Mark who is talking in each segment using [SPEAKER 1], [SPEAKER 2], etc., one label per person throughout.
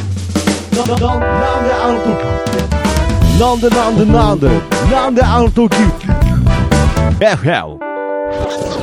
[SPEAKER 1] なんであの時なんでなんでなんでなんであの時 FM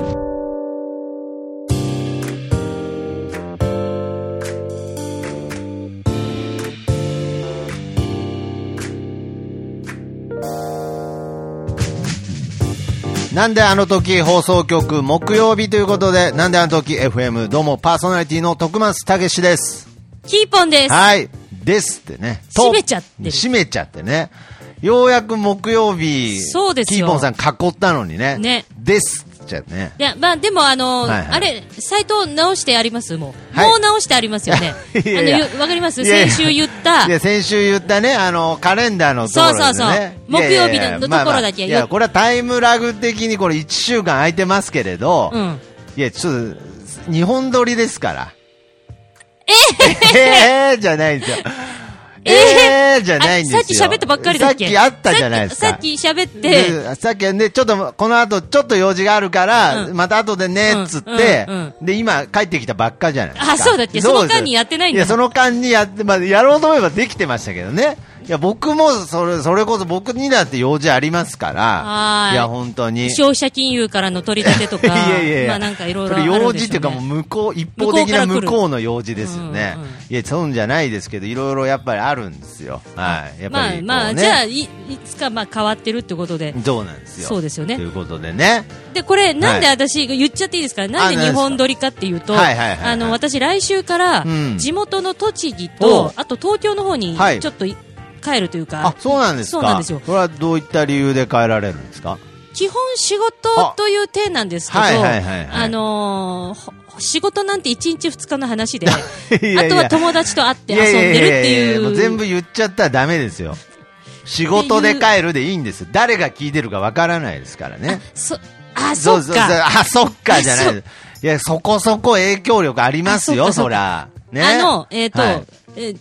[SPEAKER 2] なんであの時放送局木曜日ということで、なんであの時 FM どうもパーソナリティの徳松たけしです。
[SPEAKER 3] キーポンです。
[SPEAKER 2] はい。ですってね。と
[SPEAKER 3] 閉めちゃってる
[SPEAKER 2] 閉めちゃってね。ようやく木曜日、
[SPEAKER 3] そうですよ
[SPEAKER 2] キーポンさん囲ったのにね。
[SPEAKER 3] ね
[SPEAKER 2] ですって言っちゃうね。
[SPEAKER 3] いや、まあでもあのー
[SPEAKER 2] はいはい
[SPEAKER 3] あれ、サイト直してありますもう。
[SPEAKER 2] はい。
[SPEAKER 3] もう直してありますよね
[SPEAKER 2] いやいや
[SPEAKER 3] あのゆわかります
[SPEAKER 2] いやいや
[SPEAKER 3] 先週言った
[SPEAKER 2] い。や、先週言ったね、あの、カレンダーのところで、ね。
[SPEAKER 3] そうそうそう
[SPEAKER 2] いやいやいや
[SPEAKER 3] 木曜日の
[SPEAKER 2] まあまあ
[SPEAKER 3] ところだけ
[SPEAKER 2] いや、これはタイムラグ的にこれ1週間空いてますけれど。
[SPEAKER 3] うん。
[SPEAKER 2] いや、ちょっと、日本撮りですから。ええー、じゃないんですよ。ええー、じゃないんですよ。
[SPEAKER 3] あさっき喋ったばっかりだっけ
[SPEAKER 2] さっきあったじゃないですか。
[SPEAKER 3] さっきさっき喋って、
[SPEAKER 2] でさっきね、ちょっと、この後、ちょっと用事があるから、
[SPEAKER 3] うん
[SPEAKER 2] また後でね、っつって、
[SPEAKER 3] うんうん
[SPEAKER 2] で、今、帰ってきたばっかじゃないですか。
[SPEAKER 3] あそうだっけ
[SPEAKER 2] うです
[SPEAKER 3] その間にやってないんだ
[SPEAKER 2] いや、その間にやって、まあ、やろうと思えばできてましたけどね。いや、僕も、それ、それこそ僕にだって用事ありますから。
[SPEAKER 3] はーい
[SPEAKER 2] や、本当に。
[SPEAKER 3] 消費者金融からの取り立てと か、
[SPEAKER 2] いやいやいや、
[SPEAKER 3] まあなんかいろい
[SPEAKER 2] そ
[SPEAKER 3] ろ
[SPEAKER 2] れ
[SPEAKER 3] あるんでしょう、ね。
[SPEAKER 2] 用事っていうかもう向こう、一方的な向
[SPEAKER 3] 向こうから来る
[SPEAKER 2] こうの用事ですよね。
[SPEAKER 3] うんうん
[SPEAKER 2] いや、そうんじゃないですけど、いろいろやっぱりあるんですよ。はい。やっぱ
[SPEAKER 3] まあ
[SPEAKER 2] り、
[SPEAKER 3] ま
[SPEAKER 2] こ
[SPEAKER 3] あ、
[SPEAKER 2] うね
[SPEAKER 3] じゃあい、いつかまあ変わってるってことで。
[SPEAKER 2] そうなんですよ。
[SPEAKER 3] そうですよね
[SPEAKER 2] ということでね。
[SPEAKER 3] で、これ、なんで私、言っちゃっていいですかなん
[SPEAKER 2] 何
[SPEAKER 3] で
[SPEAKER 2] ですか
[SPEAKER 3] 日本撮りかっていうと、
[SPEAKER 2] はいはいはいはい
[SPEAKER 3] あの、私、来週から
[SPEAKER 2] う、ん
[SPEAKER 3] 地元の栃木
[SPEAKER 2] お
[SPEAKER 3] と
[SPEAKER 2] う、
[SPEAKER 3] あと東京の方に
[SPEAKER 2] はい、
[SPEAKER 3] ちょっとい帰るというか、
[SPEAKER 2] あ、そうなんですか。
[SPEAKER 3] そうなんですよ
[SPEAKER 2] それはどういった理由で変えられるんですか
[SPEAKER 3] 基本仕事という点なんですけど、
[SPEAKER 2] あはいはいはいはい
[SPEAKER 3] あのーほ仕事なんて1日2日の話で、
[SPEAKER 2] いやいや
[SPEAKER 3] あとは友達と会って遊んでるって
[SPEAKER 2] やややや
[SPEAKER 3] い
[SPEAKER 2] も
[SPEAKER 3] う。
[SPEAKER 2] 全部言っちゃったらダメですよ。仕事で帰るでいいんです。誰が聞いてるかわからないですからね。
[SPEAKER 3] そ、あ、そっ
[SPEAKER 2] ううう
[SPEAKER 3] か。
[SPEAKER 2] あ、そっかじゃない
[SPEAKER 3] あそ
[SPEAKER 2] です。いや、そこそこ影響力ありますよ、
[SPEAKER 3] あそ
[SPEAKER 2] そ
[SPEAKER 3] っかそっ
[SPEAKER 2] ら。ね。
[SPEAKER 3] あの、えっ、と、
[SPEAKER 2] はい
[SPEAKER 3] えー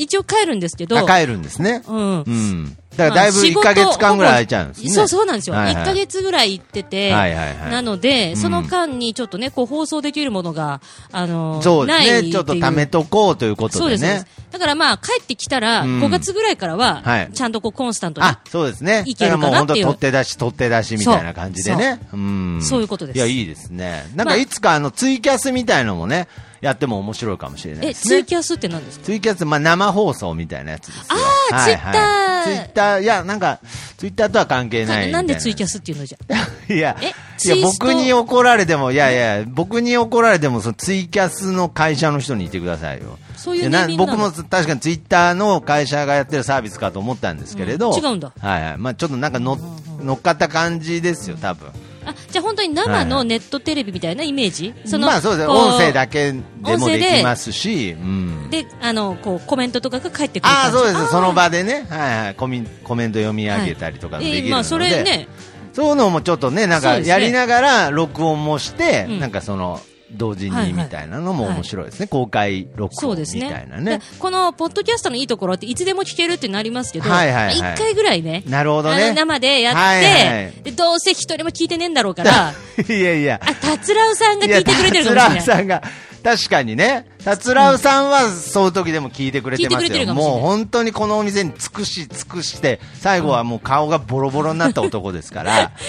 [SPEAKER 3] 一応帰るんですけど、
[SPEAKER 2] あ帰るんですね。
[SPEAKER 3] うん
[SPEAKER 2] う。ん。だからだいぶ
[SPEAKER 3] まあ仕
[SPEAKER 2] 1
[SPEAKER 3] 事
[SPEAKER 2] ヶ月間ぐらい空いちゃうんですね。
[SPEAKER 3] そうそうなんですよ。
[SPEAKER 2] はい
[SPEAKER 3] 一
[SPEAKER 2] はい
[SPEAKER 3] ヶ月ぐらい行ってて、
[SPEAKER 2] はいはいはい
[SPEAKER 3] なの
[SPEAKER 2] うん
[SPEAKER 3] で、その間にちょっとね、こう放送できるものが、あのー、
[SPEAKER 2] そうで
[SPEAKER 3] ない
[SPEAKER 2] す
[SPEAKER 3] てい
[SPEAKER 2] ね。
[SPEAKER 3] う
[SPEAKER 2] ちょっと貯めとこうということ
[SPEAKER 3] そう
[SPEAKER 2] で
[SPEAKER 3] ですそう
[SPEAKER 2] ね
[SPEAKER 3] で。すだからまあ、帰ってきたら、
[SPEAKER 2] うん
[SPEAKER 3] 5月ぐらいから
[SPEAKER 2] は
[SPEAKER 3] は、
[SPEAKER 2] い
[SPEAKER 3] ちゃんとこうコンスタントに、
[SPEAKER 2] あ、そうですね。
[SPEAKER 3] いけるかな
[SPEAKER 2] だらもう本当
[SPEAKER 3] っていう
[SPEAKER 2] 取って出し、取って出しみたいな感じでね。うん。
[SPEAKER 3] そういうことです
[SPEAKER 2] いや、いいですね。なんか
[SPEAKER 3] まあ
[SPEAKER 2] いつかあの、ツイキャスみたいのもね、やっても面白いかもしれない
[SPEAKER 3] え、
[SPEAKER 2] です
[SPEAKER 3] ツ
[SPEAKER 2] ね
[SPEAKER 3] イ。キャスって何ですか
[SPEAKER 2] ツイキャス、まあ、生放送みたいなやつですよ。
[SPEAKER 3] あー
[SPEAKER 2] はい
[SPEAKER 3] ツイッター
[SPEAKER 2] ツイッター、いや、なんか、ツイッターとは関係ないみたいな。
[SPEAKER 3] ななんでツイキャスっていうのじゃ。
[SPEAKER 2] いやい
[SPEAKER 3] え、
[SPEAKER 2] や
[SPEAKER 3] ツイスト
[SPEAKER 2] 僕に怒られても、いやいや、僕に怒られても、そのツイキャスの会社の人に言ってくださいよ。
[SPEAKER 3] そういう
[SPEAKER 2] や
[SPEAKER 3] ネーミングな
[SPEAKER 2] 僕
[SPEAKER 3] の
[SPEAKER 2] も確かにツイッターの会社がやってるサービスかと思ったんですけれど。
[SPEAKER 3] うん違うんだ
[SPEAKER 2] はいはい。まあちょっとなんか乗っ乗っかった感じですよ、多分。
[SPEAKER 3] あ、じゃあ本当に生のネットテレビみたいなイメージその、
[SPEAKER 2] まあそうですね。
[SPEAKER 3] こ
[SPEAKER 2] 音声だけで
[SPEAKER 3] 音
[SPEAKER 2] も
[SPEAKER 3] 声
[SPEAKER 2] で
[SPEAKER 3] で
[SPEAKER 2] きますし、うん。
[SPEAKER 3] で、あの、こう、コメントとかが返ってくる
[SPEAKER 2] ああ、
[SPEAKER 3] 感じ。
[SPEAKER 2] そうです。その
[SPEAKER 3] 場
[SPEAKER 2] 場でね、はいはい、コミコメント読み上げたりとかできるので、
[SPEAKER 3] まあ、それね、
[SPEAKER 2] そういうのもちょっとね、なん
[SPEAKER 3] そう
[SPEAKER 2] か
[SPEAKER 3] ですね
[SPEAKER 2] やりながら録音もして、
[SPEAKER 3] うん
[SPEAKER 2] なんかその、同時
[SPEAKER 3] はい
[SPEAKER 2] に
[SPEAKER 3] はい
[SPEAKER 2] みたいなのも面白いですね。公開録
[SPEAKER 3] そ
[SPEAKER 2] 音
[SPEAKER 3] う
[SPEAKER 2] み
[SPEAKER 3] ですね
[SPEAKER 2] たいな
[SPEAKER 3] だ
[SPEAKER 2] ね
[SPEAKER 3] か。らこのポッドキャストのいいところっていつでも聞けるってなりますけど、
[SPEAKER 2] はいはいはい
[SPEAKER 3] 一回ぐらいね
[SPEAKER 2] なるほど
[SPEAKER 3] あ
[SPEAKER 2] ね。
[SPEAKER 3] の生でやって、
[SPEAKER 2] はいはい
[SPEAKER 3] でどうせ一人も聞いてねえんだろう から、
[SPEAKER 2] いやいや。
[SPEAKER 3] あ達郎さんが
[SPEAKER 2] いや
[SPEAKER 3] 聞いてくれてるか
[SPEAKER 2] 達郎
[SPEAKER 3] もしれない。
[SPEAKER 2] さんが、確かにね、達郎さんはそういう時でも聞いてくれてま
[SPEAKER 3] 聞
[SPEAKER 2] す
[SPEAKER 3] いてくれてる
[SPEAKER 2] よ。
[SPEAKER 3] かもしれな
[SPEAKER 2] も
[SPEAKER 3] いう
[SPEAKER 2] 本当にこのお店に尽くし尽くして、最後はもう顔がボロボロになった男ですから、
[SPEAKER 3] 行く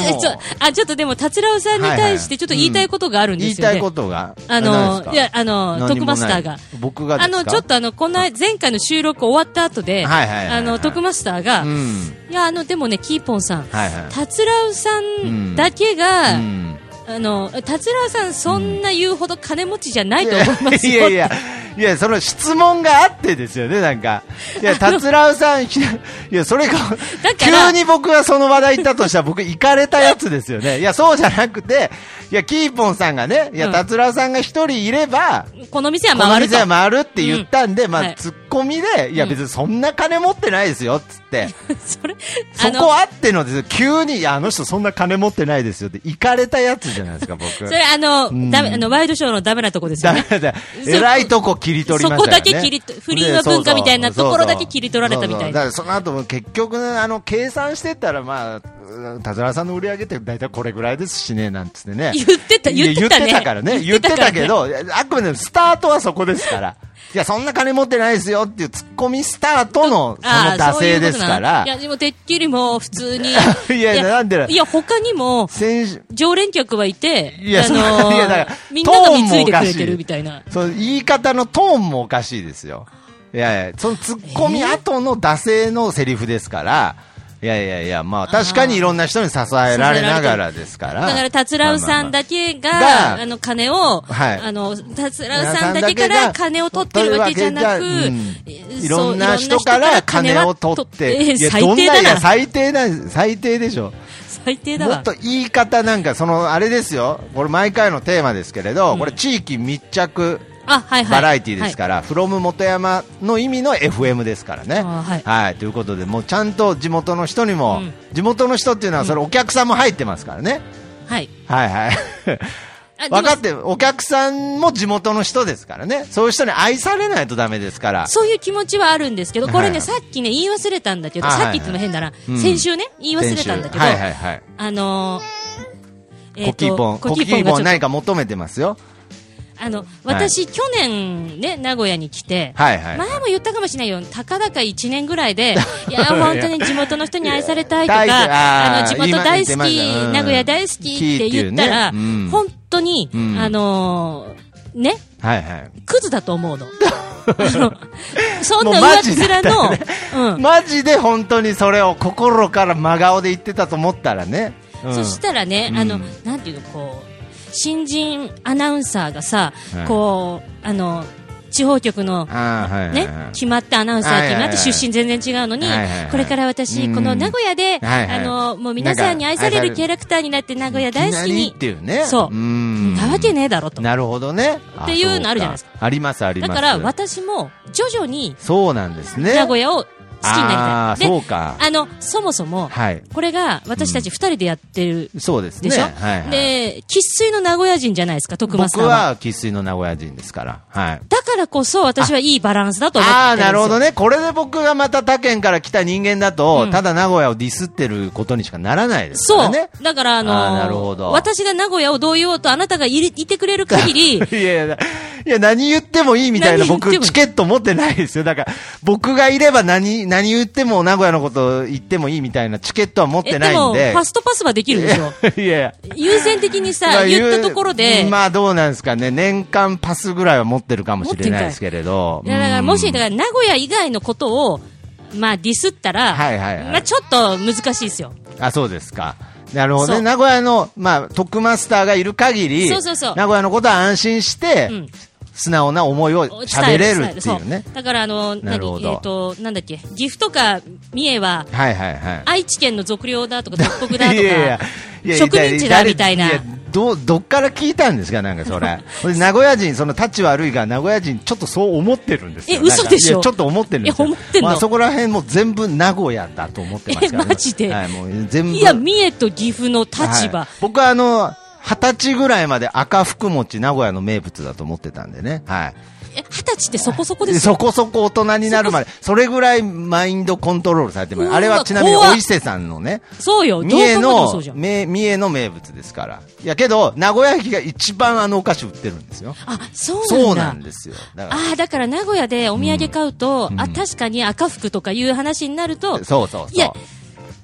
[SPEAKER 2] もう
[SPEAKER 3] ちょあちょっとでも達郎さんに対してちょっと言いたいことがあるんで
[SPEAKER 2] 言い
[SPEAKER 3] すよ
[SPEAKER 2] た
[SPEAKER 3] ね。
[SPEAKER 2] いことが、
[SPEAKER 3] あ
[SPEAKER 2] 何です
[SPEAKER 3] の
[SPEAKER 2] か
[SPEAKER 3] いやあの
[SPEAKER 2] 何
[SPEAKER 3] 徳
[SPEAKER 2] もない
[SPEAKER 3] マスターが。
[SPEAKER 2] 僕がです
[SPEAKER 3] あ
[SPEAKER 2] か
[SPEAKER 3] のちょっとあのこの間前回の収録終わった後で、
[SPEAKER 2] はいはいはいはい
[SPEAKER 3] あの徳マスターが、
[SPEAKER 2] うん
[SPEAKER 3] いやあのでもねキーポンさん、
[SPEAKER 2] はいはい
[SPEAKER 3] 達郎さんだけが、
[SPEAKER 2] うん
[SPEAKER 3] あの、達郎さん、そんな言うほど金持ちじゃないと思いますよ。
[SPEAKER 2] やいや、いや、その質問があってですよね、なんか。いや、達郎さん、いきないや、それが、
[SPEAKER 3] ら
[SPEAKER 2] 急に僕がその話題行ったとしたら、僕、行かれたやつですよね。いや、そうじゃなくて、いや、キーポンさんがね、いや、
[SPEAKER 3] うん
[SPEAKER 2] 達郎さんが一人いれば、
[SPEAKER 3] この店は
[SPEAKER 2] この
[SPEAKER 3] 回ると
[SPEAKER 2] 店。は回るって言ったんで、ま
[SPEAKER 3] は
[SPEAKER 2] あ、
[SPEAKER 3] い
[SPEAKER 2] ツッコミで、いや、別にそんな金持ってないですよ、つ って。
[SPEAKER 3] それ、
[SPEAKER 2] そこあってのですよ急に、いや、あの人そんな金持ってないですよって、行かれたやつじゃないですか、僕。
[SPEAKER 3] それ、あの、ダメ、あの、ワイドショーのダメなとこですよ
[SPEAKER 2] ダメ
[SPEAKER 3] ね。
[SPEAKER 2] だ。
[SPEAKER 3] そ
[SPEAKER 2] えらいとこ切り取りましたよ、ね。
[SPEAKER 3] そこだけ切りと不倫は文化みたいな
[SPEAKER 2] そうそう
[SPEAKER 3] ところだけ切り取られたみたいな
[SPEAKER 2] そうそうだからその後も結局ね、あの、計算してったら、まあ、うん田沢さんの売り上げって大体これぐらいですしね、なんつってね。
[SPEAKER 3] 言ってた、言ってたね。
[SPEAKER 2] いや言ってからね。言ってたけど、いやあくまでもスタートはそこですから。いや、そんな金持ってないですよっていうツッコミスタートの、そ
[SPEAKER 3] あ
[SPEAKER 2] の
[SPEAKER 3] ー
[SPEAKER 2] 惰
[SPEAKER 3] そう
[SPEAKER 2] 性
[SPEAKER 3] いうこ
[SPEAKER 2] で
[SPEAKER 3] と
[SPEAKER 2] す
[SPEAKER 3] な
[SPEAKER 2] か
[SPEAKER 3] い
[SPEAKER 2] ら。
[SPEAKER 3] や、でもてっきりもう普通に。
[SPEAKER 2] いやなんでだ
[SPEAKER 3] いや、他にも、
[SPEAKER 2] 先週、
[SPEAKER 3] 常連客はいて、
[SPEAKER 2] いや
[SPEAKER 3] あ
[SPEAKER 2] そんな
[SPEAKER 3] のー
[SPEAKER 2] いやだから
[SPEAKER 3] みんなが貢
[SPEAKER 2] トーン
[SPEAKER 3] いでく
[SPEAKER 2] もおか
[SPEAKER 3] れ
[SPEAKER 2] しい
[SPEAKER 3] てるみたいな。
[SPEAKER 2] その言い方のトーンもおかしいですよ。いやいや、そのツッコミ後の惰性のセリフですから、いやいやいや、まあ確かにいろんな人に支えられながらですから。
[SPEAKER 3] だから、達郎さんだけが、
[SPEAKER 2] まあまあ
[SPEAKER 3] あの、金を、
[SPEAKER 2] はい
[SPEAKER 3] あの、達郎さんだけから金を取ってるわけじゃなく、
[SPEAKER 2] いろんな人から金を取って、
[SPEAKER 3] い
[SPEAKER 2] いやど
[SPEAKER 3] や、最
[SPEAKER 2] んな
[SPEAKER 3] 低
[SPEAKER 2] い
[SPEAKER 3] だ
[SPEAKER 2] や、
[SPEAKER 3] な。最
[SPEAKER 2] 最低だ、最低でしょ。
[SPEAKER 3] 低だ
[SPEAKER 2] もっ
[SPEAKER 3] わ
[SPEAKER 2] と。言い方なんか、その、あれですよ。これ毎回のテーマですけれど、これ地域密着
[SPEAKER 3] あ、はいはい。
[SPEAKER 2] バラエティですから、from 元山の意味の FM ですからね。
[SPEAKER 3] あーはい
[SPEAKER 2] ということで、もうちゃんと地元の人にも、
[SPEAKER 3] うん
[SPEAKER 2] 地元の人っていうのは、それお客さんも入ってますからね。
[SPEAKER 3] はい。
[SPEAKER 2] はいはい。
[SPEAKER 3] はい。
[SPEAKER 2] 分か
[SPEAKER 3] た。
[SPEAKER 2] って、お客さんも地元の人ですからね。そういう人に愛されないとダメですから。
[SPEAKER 3] そういう気持ちはあるんですけど、これ
[SPEAKER 2] は
[SPEAKER 3] ね、
[SPEAKER 2] い
[SPEAKER 3] さっきね、言い忘れたんだけど、
[SPEAKER 2] あはい
[SPEAKER 3] さっきっても変だな、
[SPEAKER 2] うん
[SPEAKER 3] 先週ね、言い忘れたんだけど、
[SPEAKER 2] 先週はいはいはい。
[SPEAKER 3] あのー、えー
[SPEAKER 2] コ
[SPEAKER 3] と
[SPEAKER 2] キーポン、コ
[SPEAKER 3] コ
[SPEAKER 2] キ
[SPEAKER 3] キ
[SPEAKER 2] ーポ
[SPEAKER 3] ーポ
[SPEAKER 2] ン
[SPEAKER 3] ンがちょっ
[SPEAKER 2] 何か求めてますよ。
[SPEAKER 3] と、あの、私、去年ね、名古屋に来て、
[SPEAKER 2] はいはい。
[SPEAKER 3] 前も言ったかもしれないよ、たかだか1年ぐら いで、いや、本当に地元の人に愛されたいと
[SPEAKER 2] いや
[SPEAKER 3] か、
[SPEAKER 2] 大
[SPEAKER 3] あの
[SPEAKER 2] 事
[SPEAKER 3] 地
[SPEAKER 2] あー
[SPEAKER 3] 元大好き、
[SPEAKER 2] 今言ってましたうん
[SPEAKER 3] 名古屋大好きって言ったら、
[SPEAKER 2] 好きっていうねうん
[SPEAKER 3] 本当に、
[SPEAKER 2] うん
[SPEAKER 3] あのーね、
[SPEAKER 2] はいはい。
[SPEAKER 3] クズだと思 うの。あのそん
[SPEAKER 2] も
[SPEAKER 3] な
[SPEAKER 2] うマジ
[SPEAKER 3] 上っ
[SPEAKER 2] だった
[SPEAKER 3] 面
[SPEAKER 2] よ
[SPEAKER 3] の、
[SPEAKER 2] ね
[SPEAKER 3] うん、
[SPEAKER 2] マジで本当にそれを心から真顔で言ってたと思ったらね。うん
[SPEAKER 3] そしたらね、
[SPEAKER 2] うん
[SPEAKER 3] あの、なんていうの、こう、新人アナウンサーがさ、
[SPEAKER 2] はい
[SPEAKER 3] こう、あの、地方局の、
[SPEAKER 2] あーはいはい
[SPEAKER 3] ね
[SPEAKER 2] はい、
[SPEAKER 3] 決まってアナウンサー決ま
[SPEAKER 2] はいはいは
[SPEAKER 3] っ
[SPEAKER 2] い
[SPEAKER 3] て出身全然違うのに、
[SPEAKER 2] はいはいはい
[SPEAKER 3] これから私、
[SPEAKER 2] うん
[SPEAKER 3] この名古屋で、
[SPEAKER 2] はいはい
[SPEAKER 3] あの、もう皆さんに愛され
[SPEAKER 2] なん
[SPEAKER 3] る
[SPEAKER 2] か
[SPEAKER 3] キャラクターになって名古屋大好
[SPEAKER 2] いき
[SPEAKER 3] き
[SPEAKER 2] なり
[SPEAKER 3] に
[SPEAKER 2] っ、ていうね。
[SPEAKER 3] そう
[SPEAKER 2] うん。
[SPEAKER 3] なわけねえだろと。
[SPEAKER 2] なるほどね。あ
[SPEAKER 3] っていうのあるじゃないです
[SPEAKER 2] そ
[SPEAKER 3] か
[SPEAKER 2] うか。ありますありま
[SPEAKER 3] だ
[SPEAKER 2] す。
[SPEAKER 3] から私も徐々に
[SPEAKER 2] そうなんですね。
[SPEAKER 3] 名古屋を好きにな
[SPEAKER 2] あ
[SPEAKER 3] り
[SPEAKER 2] ー
[SPEAKER 3] たい。
[SPEAKER 2] そ
[SPEAKER 3] で、
[SPEAKER 2] うか。
[SPEAKER 3] あの、そもそも、
[SPEAKER 2] はい。
[SPEAKER 3] これが私たち二人でやってる
[SPEAKER 2] そうですね。
[SPEAKER 3] でしょ、
[SPEAKER 2] はいはい。
[SPEAKER 3] で、生粋の名古屋人じゃないですか、徳間さ
[SPEAKER 2] 僕
[SPEAKER 3] んは。
[SPEAKER 2] は生粋の名古屋人ですから。はい。
[SPEAKER 3] だからこそ私はいいバランスだと思って
[SPEAKER 2] ああ
[SPEAKER 3] るん
[SPEAKER 2] ー、
[SPEAKER 3] です
[SPEAKER 2] な
[SPEAKER 3] よ。
[SPEAKER 2] るほどね。これで僕がまた他県から来た人間だと、
[SPEAKER 3] うん
[SPEAKER 2] ただ名古屋をディスってることにしかならないですから
[SPEAKER 3] そう。
[SPEAKER 2] ね。
[SPEAKER 3] だから、あの
[SPEAKER 2] あーなるほど
[SPEAKER 3] 私が名古屋をどう言おうと、あなたがいれいてくれる限り、
[SPEAKER 2] い やいや、いや、何言ってもいいみたいな、
[SPEAKER 3] 何言って
[SPEAKER 2] 僕
[SPEAKER 3] もいい、
[SPEAKER 2] チケット持ってないですよ。だから、僕がいれば何、何言っても名古屋のこと言ってもいいみたいな、チケットは持っ
[SPEAKER 3] え、
[SPEAKER 2] て
[SPEAKER 3] で
[SPEAKER 2] ないん
[SPEAKER 3] も、フ
[SPEAKER 2] で。
[SPEAKER 3] ァストパスはできるでしょ。
[SPEAKER 2] いやいや。
[SPEAKER 3] 優先的に
[SPEAKER 2] ま
[SPEAKER 3] さ、
[SPEAKER 2] あ
[SPEAKER 3] 言っ
[SPEAKER 2] 言う
[SPEAKER 3] たところで、
[SPEAKER 2] まあ、どうなんですかね。年間パスぐらいは持ってるかもしれないですけれど。
[SPEAKER 3] いやだから
[SPEAKER 2] うん
[SPEAKER 3] もし、だから名古屋以外のことを、まあディスったら、
[SPEAKER 2] はいはいはい
[SPEAKER 3] まあちょっと難しいですよ。
[SPEAKER 2] あ、そうですか。なるほど
[SPEAKER 3] そ
[SPEAKER 2] ね。
[SPEAKER 3] う
[SPEAKER 2] 名古屋の、まあ、特マスターがいる限り、
[SPEAKER 3] そうそうそう
[SPEAKER 2] 名古屋のことは安心して、
[SPEAKER 3] うん
[SPEAKER 2] 素直な思いを喋れるって
[SPEAKER 3] 伝
[SPEAKER 2] い
[SPEAKER 3] え
[SPEAKER 2] うね
[SPEAKER 3] そ。だからあの、
[SPEAKER 2] なる
[SPEAKER 3] 何
[SPEAKER 2] ほど
[SPEAKER 3] えっ、と、なんだっけ、岐阜とか三重は、
[SPEAKER 2] はいはいはい。
[SPEAKER 3] 愛知県の俗領だとか、属国だと か、
[SPEAKER 2] いやいやいや
[SPEAKER 3] 植民地だみたいな。
[SPEAKER 2] やどどっから聞いたんですか、なんかそ れ、それ名古屋人、その立ち悪いが、名古屋人、ちょっとそう思ってるんですよ、
[SPEAKER 3] え嘘でしょ
[SPEAKER 2] なんかいやちょっと思ってるんですよ、
[SPEAKER 3] いや思ってんの
[SPEAKER 2] まあ、そこら辺も全部名古屋だと思ってますから、
[SPEAKER 3] えマジで
[SPEAKER 2] はい、もう全部
[SPEAKER 3] いや、三重と岐阜の立
[SPEAKER 2] は
[SPEAKER 3] 場
[SPEAKER 2] い。僕はあの二十歳ぐらいまで赤福餅、名古屋の名物だと思ってたんでね、はい、
[SPEAKER 3] え二、十、歳ってそこそこ
[SPEAKER 2] で
[SPEAKER 3] ですよ。
[SPEAKER 2] そこそこ大人になるまで、それぐらいマインドコントロールされてます、
[SPEAKER 3] うわ
[SPEAKER 2] あれはちなみに
[SPEAKER 3] 怖っ
[SPEAKER 2] お伊勢さんのね、
[SPEAKER 3] そうよ。どう
[SPEAKER 2] 三
[SPEAKER 3] 考
[SPEAKER 2] 重
[SPEAKER 3] えてもそ
[SPEAKER 2] の
[SPEAKER 3] うじゃん。
[SPEAKER 2] め三重の名物ですからいやけど名古屋駅が一番あのお菓子売ってるんですよ
[SPEAKER 3] あ、そうなんだ。
[SPEAKER 2] そうなんですよだか
[SPEAKER 3] ああ、だから名古屋でお土産買うと、あ、確かに赤服とかいう話になると
[SPEAKER 2] ら、そうそう
[SPEAKER 3] い
[SPEAKER 2] そ
[SPEAKER 3] や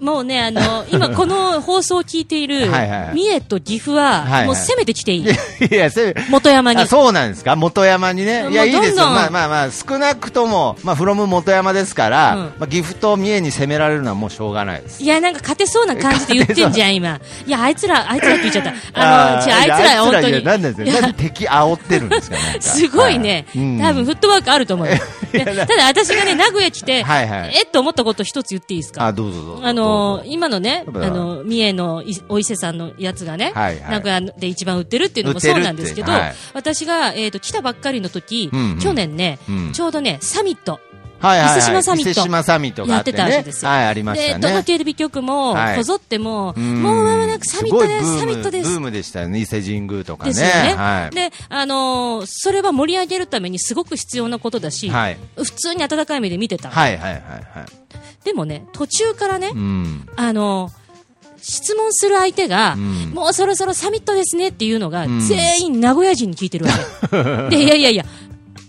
[SPEAKER 2] う、
[SPEAKER 3] もうね、あの、今この放送を聞いている、
[SPEAKER 2] はいはいはい
[SPEAKER 3] 三重と岐阜
[SPEAKER 2] はいは
[SPEAKER 3] は、
[SPEAKER 2] い
[SPEAKER 3] もう攻めてきていい。
[SPEAKER 2] いやせ
[SPEAKER 3] 元山に
[SPEAKER 2] あ。そうなんですか元山にねいや
[SPEAKER 3] もう
[SPEAKER 2] いいですよ
[SPEAKER 3] どんどん
[SPEAKER 2] まあまあまあ少なくともまあフロム元山ですから、
[SPEAKER 3] うん
[SPEAKER 2] まあ、岐阜と三重に攻められるのはもうしょうがないです
[SPEAKER 3] いや、なんか勝てそうな感じで言ってんじゃん、今。いや、あいつら、あいつらって言っちゃった。あの、違う
[SPEAKER 2] ー
[SPEAKER 3] あいつら、
[SPEAKER 2] いや
[SPEAKER 3] 本
[SPEAKER 2] あ
[SPEAKER 3] 当
[SPEAKER 2] いつらいや
[SPEAKER 3] に。
[SPEAKER 2] 何なんですか何敵煽ってるんですかなんか
[SPEAKER 3] すごいね、
[SPEAKER 2] はうん
[SPEAKER 3] 多分フットワークある と思うよ。でただ私がね、名古屋来て、
[SPEAKER 2] はいはい
[SPEAKER 3] えっと思ったこと一つ言っていいですか
[SPEAKER 2] あどうぞどうぞ
[SPEAKER 3] あのー
[SPEAKER 2] どうぞ
[SPEAKER 3] 今のね、あ
[SPEAKER 2] どうぞ
[SPEAKER 3] のー三重のいお伊勢さんのやつがね、
[SPEAKER 2] はいはい
[SPEAKER 3] 名古屋で一番売ってるっていうの
[SPEAKER 2] 売
[SPEAKER 3] も
[SPEAKER 2] ってる
[SPEAKER 3] そうなんですけど、
[SPEAKER 2] ってはい
[SPEAKER 3] 私が、えー、と来たばっかりの時、
[SPEAKER 2] うんうん
[SPEAKER 3] 去年ね、
[SPEAKER 2] うん
[SPEAKER 3] ちょうどね、サミット。
[SPEAKER 2] はいはいはい
[SPEAKER 3] 伊勢志摩サミット
[SPEAKER 2] 伊勢志摩サミットがあ
[SPEAKER 3] やっ
[SPEAKER 2] って
[SPEAKER 3] て
[SPEAKER 2] ね
[SPEAKER 3] たわけですよ。
[SPEAKER 2] はい、ありましたね。
[SPEAKER 3] で、東京テレビ局も
[SPEAKER 2] はい、
[SPEAKER 3] こぞっても、
[SPEAKER 2] ん
[SPEAKER 3] もうまもなくサミットで
[SPEAKER 2] ごいブ
[SPEAKER 3] す
[SPEAKER 2] ーム
[SPEAKER 3] サミットです
[SPEAKER 2] ブームでしたよね、伊勢神宮とかね。
[SPEAKER 3] ですよね。
[SPEAKER 2] はい。
[SPEAKER 3] で、あのーそれは盛り上げるためにすごく必要なことだし、
[SPEAKER 2] はい
[SPEAKER 3] 普通に温かい目で見てた。
[SPEAKER 2] はいはいはいはい。
[SPEAKER 3] でもね、途中からね、
[SPEAKER 2] うん。
[SPEAKER 3] あの質問する相手が、
[SPEAKER 2] ん
[SPEAKER 3] もうそろそろサミットですねっていうのが、全員名古屋人に聞いてるわけ。で、いやいやいや、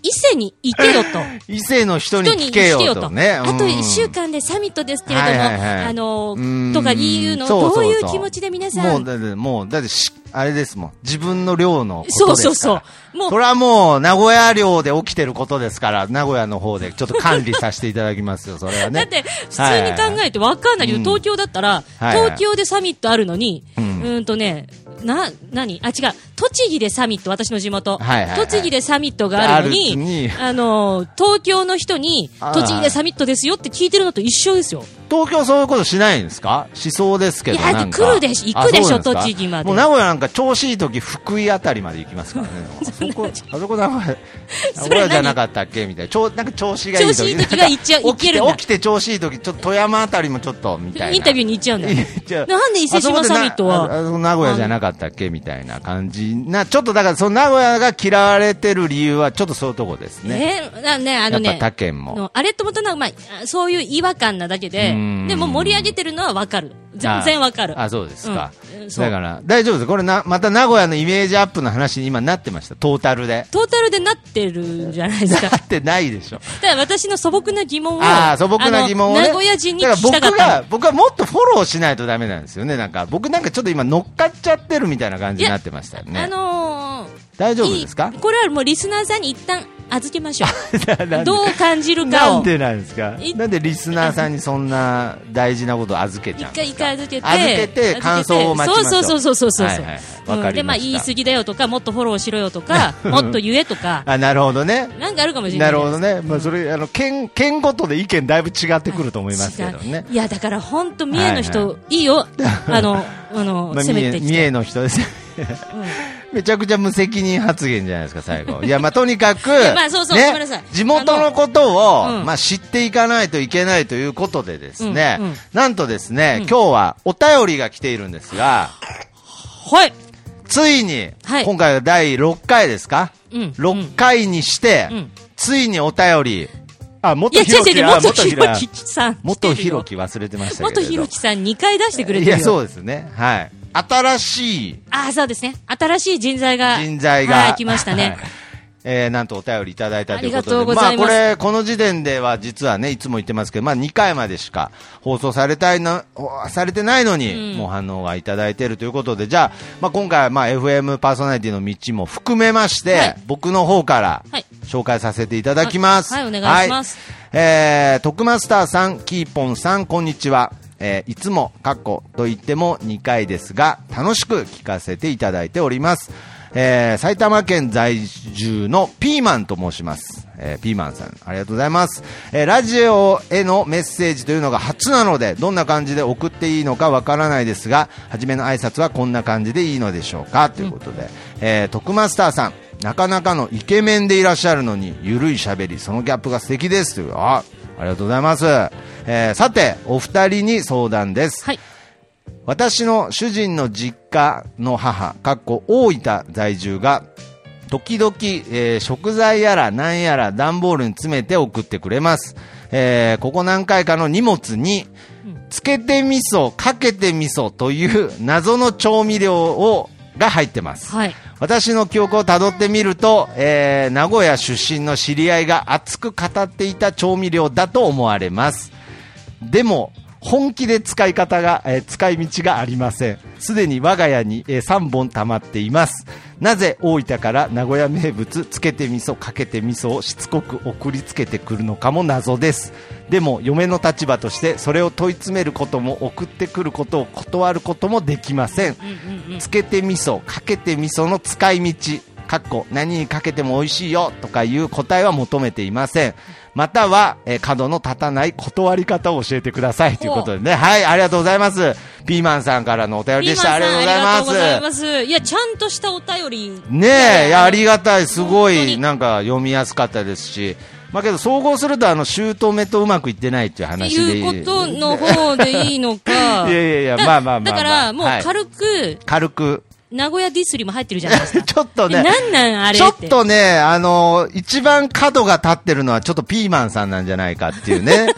[SPEAKER 3] 伊勢に行けよと。
[SPEAKER 2] 伊勢の人に
[SPEAKER 3] 人に
[SPEAKER 2] 聞けよとね。
[SPEAKER 3] あと
[SPEAKER 2] うん
[SPEAKER 3] 1週間でサミットですけれども、
[SPEAKER 2] はいはいはい
[SPEAKER 3] あの
[SPEAKER 2] うん
[SPEAKER 3] とかいうのを
[SPEAKER 2] そう
[SPEAKER 3] ど
[SPEAKER 2] そうう
[SPEAKER 3] い
[SPEAKER 2] そう
[SPEAKER 3] う気持ちで皆さ、
[SPEAKER 2] もうんだって、もう、だってし、あれですもん。自分の寮のことです
[SPEAKER 3] そ
[SPEAKER 2] から。
[SPEAKER 3] うそうそう、もう
[SPEAKER 2] それはもう、名古屋寮で起きてることですから、名古屋の方でちょっと管理させていただきますよ、それはね。
[SPEAKER 3] だって、普通に考えて分かんないけど、
[SPEAKER 2] うん
[SPEAKER 3] 東京だったら、
[SPEAKER 2] はいはい
[SPEAKER 3] 東京でサミットあるのに、う
[SPEAKER 2] うん
[SPEAKER 3] ーんとね、な、何あ、違う、栃木でサミット、私の地元。
[SPEAKER 2] はいはいはい
[SPEAKER 3] 栃木でサミットがあるの
[SPEAKER 2] ある
[SPEAKER 3] に
[SPEAKER 2] に、
[SPEAKER 3] あの、東京の人に、
[SPEAKER 2] あー
[SPEAKER 3] 栃木でサミットですよって聞いてるのと一緒ですよ。
[SPEAKER 2] 東京そういうことしないんですかしそうですけど
[SPEAKER 3] いや
[SPEAKER 2] なんか
[SPEAKER 3] 来るでし行くでしょ
[SPEAKER 2] あそうなんすか
[SPEAKER 3] 栃木まで
[SPEAKER 2] もう名古屋なんか調子いい時福井あたりまで行きますから ねあそこあそこ名古屋名
[SPEAKER 3] そ
[SPEAKER 2] 古
[SPEAKER 3] れ何
[SPEAKER 2] 屋じゃなかったっけみたいなちょなんか調子がいい時
[SPEAKER 3] 調子いい時は行っちゃ う
[SPEAKER 2] なんか起きて
[SPEAKER 3] 行けるんだ
[SPEAKER 2] 起きて調子いい時ちょっと富山あたりもちょっとみたいな
[SPEAKER 3] インタビューに行っちゃうんだよ。
[SPEAKER 2] いや
[SPEAKER 3] なんで伊勢志摩サミットは
[SPEAKER 2] あそこでなああそこ名古屋じゃなかったっけみたいな感じなちょっとだからその名古屋が嫌われてる理由はちょっとそういうとこですね
[SPEAKER 3] ねえ、なね、あ
[SPEAKER 2] やっ
[SPEAKER 3] のね
[SPEAKER 2] ぱ他、県も
[SPEAKER 3] のあれともとなく、まあ、あそういう違和感なだけで
[SPEAKER 2] う、ん
[SPEAKER 3] でも盛り上げてるのは分かる。全然分かる。
[SPEAKER 2] ああそうですか、
[SPEAKER 3] うんそう
[SPEAKER 2] だから大丈夫ですこれなまた名古屋のイメージアップの話に今なってましたトータル で
[SPEAKER 3] トータルでなってるんじゃないですか
[SPEAKER 2] な。ってないでしょ
[SPEAKER 3] だから私の素朴な疑問を、
[SPEAKER 2] ああ素朴な疑問を、ね、
[SPEAKER 3] あの名古屋人に聞きたかっ
[SPEAKER 2] だ
[SPEAKER 3] た
[SPEAKER 2] ら
[SPEAKER 3] の。
[SPEAKER 2] 僕が僕はもっとフォローしないとダメなんですよねなんか僕なんかちょっと今乗っかっちゃってるみたいな感じになってましたよ
[SPEAKER 3] あ
[SPEAKER 2] ね
[SPEAKER 3] のー
[SPEAKER 2] 大丈夫ですか
[SPEAKER 3] いいこれはもうリスナーさんに一旦預けましょ
[SPEAKER 2] な
[SPEAKER 3] う。
[SPEAKER 2] んで
[SPEAKER 3] どう感じるか
[SPEAKER 2] なん
[SPEAKER 3] を。
[SPEAKER 2] でなんですか
[SPEAKER 3] い
[SPEAKER 2] なんでリスナーさんにそんな大事なことを預けち
[SPEAKER 3] 一
[SPEAKER 2] ゃうんです
[SPEAKER 3] 回一
[SPEAKER 2] か
[SPEAKER 3] 回預けて。
[SPEAKER 2] 預けて感想を待ちましょ
[SPEAKER 3] そうそうそうそうそうそう。
[SPEAKER 2] はいはいはいわかりました
[SPEAKER 3] うんで、まあ、言い過ぎだよとか、もっとフォローしろよと か、もっと言えとか、
[SPEAKER 2] あなるほどね
[SPEAKER 3] なんかあるかもしれ
[SPEAKER 2] な
[SPEAKER 3] な
[SPEAKER 2] い
[SPEAKER 3] じ
[SPEAKER 2] る
[SPEAKER 3] ゃない
[SPEAKER 2] ほどね、
[SPEAKER 3] ですか。
[SPEAKER 2] まあ、それあの県県ごとで意見だいぶ違ってくると思いますけど
[SPEAKER 3] 違
[SPEAKER 2] ね
[SPEAKER 3] ういや、だから本当、三重の人、
[SPEAKER 2] はい
[SPEAKER 3] い い、よ、あの、あの、
[SPEAKER 2] まあ、三
[SPEAKER 3] 攻めて
[SPEAKER 2] 重
[SPEAKER 3] き
[SPEAKER 2] 三
[SPEAKER 3] て。
[SPEAKER 2] 重の人ですねめちゃくちゃ無責任発言じゃないですか、最 後。いや、まあ、とにかく、
[SPEAKER 3] やまあそうそうごめんなさい
[SPEAKER 2] 地元のことを、
[SPEAKER 3] あのうん
[SPEAKER 2] まあ、知っていかないといけないということでですね、
[SPEAKER 3] うんうん
[SPEAKER 2] なんとですね、
[SPEAKER 3] うん
[SPEAKER 2] 今日はお便りが来ているんですが、
[SPEAKER 3] はい。
[SPEAKER 2] ついに、
[SPEAKER 3] はい
[SPEAKER 2] 今回は第6回ですか、
[SPEAKER 3] うん
[SPEAKER 2] 六 ?6 回にして、
[SPEAKER 3] うん
[SPEAKER 2] ついにお便り、あ、もっ
[SPEAKER 3] いや、違う違う違う、元ひろ
[SPEAKER 2] き
[SPEAKER 3] きさん。
[SPEAKER 2] 元ひろ
[SPEAKER 3] き。
[SPEAKER 2] き忘れてましたけれど
[SPEAKER 3] 元ひろきさん2回出してくれて
[SPEAKER 2] い
[SPEAKER 3] るよ。
[SPEAKER 2] や、そうですね。はい。新しい
[SPEAKER 3] ああ、そうですね。新しい人材が。
[SPEAKER 2] 人材が。
[SPEAKER 3] はい、来ました
[SPEAKER 2] はい
[SPEAKER 3] ね。
[SPEAKER 2] えー、なんとお便りいただいたということで。
[SPEAKER 3] ありがとうございます
[SPEAKER 2] あ、これ、この時点では実はね、いつも言ってますけど、まあ、2回までしか放送されたいな、おされてないのに、
[SPEAKER 3] うん
[SPEAKER 2] もう反応がいただいているということで、じゃあ、まあ、今回は、まあ、FM パーソナリティの道も含めまして、
[SPEAKER 3] はい
[SPEAKER 2] 僕の方から
[SPEAKER 3] はい、
[SPEAKER 2] 紹介させていただきます。
[SPEAKER 3] はいはいお願いします
[SPEAKER 2] えー、徳マスターさん、キーポンさん、こんにちは。えーいつも、過去と言っても2回ですが、楽しく聞かせていただいております。えー埼玉県在住のピーマンと申します。えーピーマンさん、ありがとうございます。えーラジオへのメッセージというのが初なので、どんな感じで送っていいのかわからないですが、初めの挨拶はこんな感じでいいのでしょうかということで、えー、徳マスターさん、なかなかのイケメンでいらっしゃるのに、ゆるい喋り、そのギャップが素敵です。という、あ、ありがとうございます。えーさて、お二人に相談です。
[SPEAKER 3] はい。
[SPEAKER 2] 私の主人の実家の母、かっこ大分在住が、時々、えー食材やら何やら段ボールに詰めて送ってくれます。えーここ何回かの荷物に、つけて味噌、かけて味噌という謎の調味料を、が入ってます。
[SPEAKER 3] はい。
[SPEAKER 2] 私の記憶をたどってみると、えー名古屋出身の知り合いが熱く語っていた調味料だと思われますでも本気で使い方が、えー使い道がありませんすでに我が家に、え3本溜まっていますなぜ大分から名古屋名物つけて味噌かけて味噌をしつこく送りつけてくるのかも謎ですでも嫁の立場としてそれを問い詰めることも送ってくることを断ることもできませんつけて味噌かけて味噌の使い道かっこ何にかけても美味しいよとかいう答えは求めていませんまたは、えー角の立たない断り方を教えてくださいということでねはいありがとうございますピーマンさんからのお便り
[SPEAKER 3] ピー
[SPEAKER 2] で
[SPEAKER 3] マン
[SPEAKER 2] し
[SPEAKER 3] さん
[SPEAKER 2] た
[SPEAKER 3] あ
[SPEAKER 2] ありがと
[SPEAKER 3] り
[SPEAKER 2] うござい
[SPEAKER 3] が
[SPEAKER 2] ま
[SPEAKER 3] とうございますす。いや、ちゃんとしたお便り。
[SPEAKER 2] ねえいやありがたいすご
[SPEAKER 3] 本当
[SPEAKER 2] い
[SPEAKER 3] に
[SPEAKER 2] なんか読みやすかったですしまあけど総合するとあの姑とうまくいってないっていう
[SPEAKER 3] って
[SPEAKER 2] 話で
[SPEAKER 3] いうことの方でいいのか。
[SPEAKER 2] いやいやいや
[SPEAKER 3] だ
[SPEAKER 2] まあまあまあまあ
[SPEAKER 3] だから、もう
[SPEAKER 2] はい
[SPEAKER 3] 軽く、
[SPEAKER 2] 軽く
[SPEAKER 3] 名古屋ディスりも入ってるじゃないです
[SPEAKER 2] 。
[SPEAKER 3] か
[SPEAKER 2] ちょっとね
[SPEAKER 3] なんなんあれ
[SPEAKER 2] ちょ
[SPEAKER 3] っ。
[SPEAKER 2] ってとね、あのー一番角が立ってるのはちょっとピーマンさん なんじゃないかっていうね。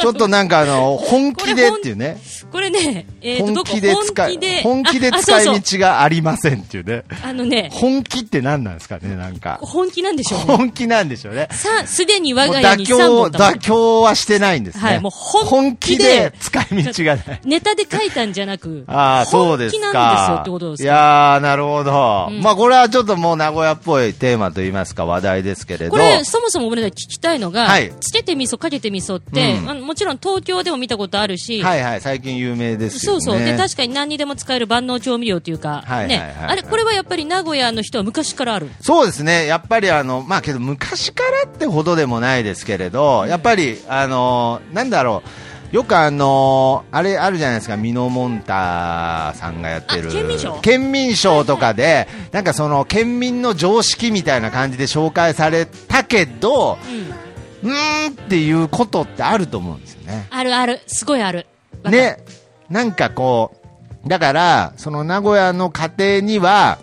[SPEAKER 2] ちょっとなんかあの、本気でっていうね。
[SPEAKER 3] これね、えーと
[SPEAKER 2] 本気で
[SPEAKER 3] どこ
[SPEAKER 2] 使
[SPEAKER 3] 本
[SPEAKER 2] い
[SPEAKER 3] 気で、
[SPEAKER 2] 本気で
[SPEAKER 3] ああそう
[SPEAKER 2] 使
[SPEAKER 3] そう
[SPEAKER 2] い道がありませんっていうね。
[SPEAKER 3] あのね、
[SPEAKER 2] 本気って何なんですかね、なんか。
[SPEAKER 3] 本気なんでしょうね。
[SPEAKER 2] 本気なんでしょうね。
[SPEAKER 3] さ、すでに我
[SPEAKER 2] もう妥
[SPEAKER 3] が家に3
[SPEAKER 2] 協、
[SPEAKER 3] 本たま
[SPEAKER 2] 妥協はしてないんですね。
[SPEAKER 3] はいもう本
[SPEAKER 2] 本
[SPEAKER 3] 気
[SPEAKER 2] 気
[SPEAKER 3] で
[SPEAKER 2] で使い道がない。、
[SPEAKER 3] ネタで書いたんじゃなく
[SPEAKER 2] ああ、そうですか。
[SPEAKER 3] 本気なんですよってことです
[SPEAKER 2] い
[SPEAKER 3] か
[SPEAKER 2] やー、なるほど。
[SPEAKER 3] うん
[SPEAKER 2] まあ、これはちょっともう名古屋っぽいテーマといいますか、話題ですけれど。
[SPEAKER 3] これ、そもそもごめんなさい、聞きたいのが、
[SPEAKER 2] はい
[SPEAKER 3] つけてみそ、かけてみそって、
[SPEAKER 2] うん
[SPEAKER 3] あのもちろん東京でも見たことあるし、
[SPEAKER 2] はいはい、最近有名ですよ
[SPEAKER 3] そ
[SPEAKER 2] ね。
[SPEAKER 3] うそう、で確かに何にでも使える万能調味料というか、
[SPEAKER 2] はいはい
[SPEAKER 3] ね
[SPEAKER 2] はいはい
[SPEAKER 3] あれ、これはやっぱり名古屋の人は昔からある、
[SPEAKER 2] そうですね。やっぱりあの、まあけど昔からってほどでもないですけれど、やっぱり、あの、なんだろう。よくあのあれあるじゃないですか、ミノモンタさんがやってる
[SPEAKER 3] あ県民賞
[SPEAKER 2] 県民賞とかで、なんかその県民の常識みたいな感じで紹介されたけど、
[SPEAKER 3] うん、
[SPEAKER 2] うーんっていうことってあると思うんですよね。
[SPEAKER 3] あるある、すごいある、わかる、
[SPEAKER 2] ね、なんかこう、だから、その名古屋の家庭には、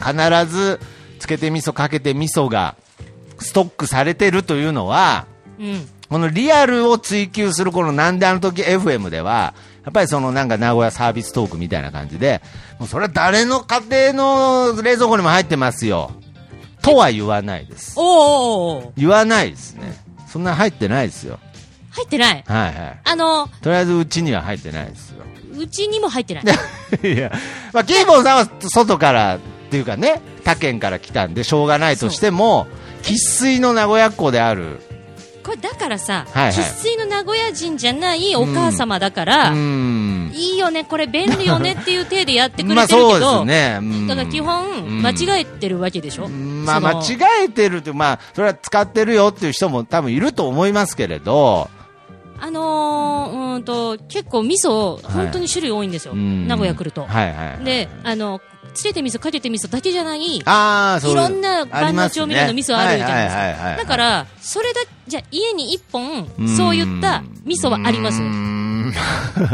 [SPEAKER 2] 必ず、つけて味噌かけて味噌が、ストックされてるというのは、
[SPEAKER 3] うん、
[SPEAKER 2] このリアルを追求するこのなんであの時 FM では、やっぱりそのなんか名古屋サービストークみたいな感じで、もうそれは誰の家庭の冷蔵庫にも入ってますよ。とは言わないです。
[SPEAKER 3] おーおーおー
[SPEAKER 2] 言わないですね。そんな入ってないですよ。
[SPEAKER 3] 入ってない、
[SPEAKER 2] はいはい。
[SPEAKER 3] あの、
[SPEAKER 2] とりあえずうちには入ってないですよ。
[SPEAKER 3] うちにも入ってない、
[SPEAKER 2] いや、まあ、キーボンさんは外からっていうかね、他県から来たんでしょうがないとしても、生粋の名古屋っ子である。
[SPEAKER 3] これだからさ、
[SPEAKER 2] はいはい
[SPEAKER 3] 生粋の名古屋人じゃないお母様だから、
[SPEAKER 2] うーん。
[SPEAKER 3] いいよね、これ、便利よ ねっていう体でやってくれて
[SPEAKER 2] まあ
[SPEAKER 3] るけど、
[SPEAKER 2] そうですね。うん
[SPEAKER 3] だから基本、間違えてるわけでしょ、
[SPEAKER 2] まあ
[SPEAKER 3] その
[SPEAKER 2] 間違えてるって、まあ、それは使ってるよっていう人も多分いると思いますけれど、
[SPEAKER 3] あのー、うーんと、結構味噌、本当に種類多いんですよ。
[SPEAKER 2] うん
[SPEAKER 3] 名古屋来ると。
[SPEAKER 2] はいはいはい。
[SPEAKER 3] で、あの、つけて味噌、かけて味噌だけじゃない、い
[SPEAKER 2] ああ、そう
[SPEAKER 3] ろんな万能調味料の味噌あるじゃないで
[SPEAKER 2] ありますねはいはい
[SPEAKER 3] す
[SPEAKER 2] はいはい
[SPEAKER 3] か。だから、それだ、じゃあ家に一本
[SPEAKER 2] う、ん
[SPEAKER 3] そういった味噌はあります
[SPEAKER 2] うー。ん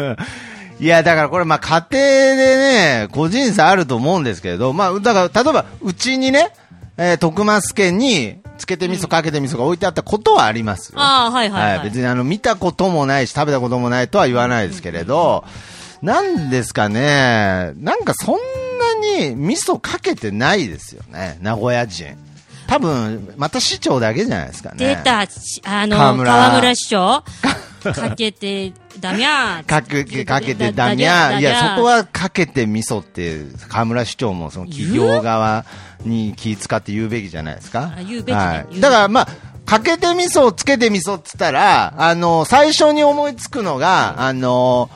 [SPEAKER 2] いや、だからこれ、まあ、家庭でね、個人差あると思うんですけれど、まあ、だから、例えば、うちにね、えー徳増家に、つけて味噌かけて味噌が置いてあったことはありますよ。
[SPEAKER 3] ああ、はいはい、は、
[SPEAKER 2] はいい、別にあの見たこともないし、食べたこともないとは言わないですけれど、なんですかね、なんかそんなに味噌かけてないですよね、名古屋人。多分また市長だけじゃないですかね。
[SPEAKER 3] 出た、しあの、河
[SPEAKER 2] 河
[SPEAKER 3] 村
[SPEAKER 2] 村
[SPEAKER 3] 市長、かけて、ダミャー
[SPEAKER 2] かけ、かけてダニャー。いや、そこ、はかけて味噌って、河村市長もその企業側に気使って言うべきじゃないですか。
[SPEAKER 3] あ言うべきね
[SPEAKER 2] は
[SPEAKER 3] 言う
[SPEAKER 2] い。だからまあ、かけて味噌をつけて味噌っつったら、あの、最初に思いつくのが、あの、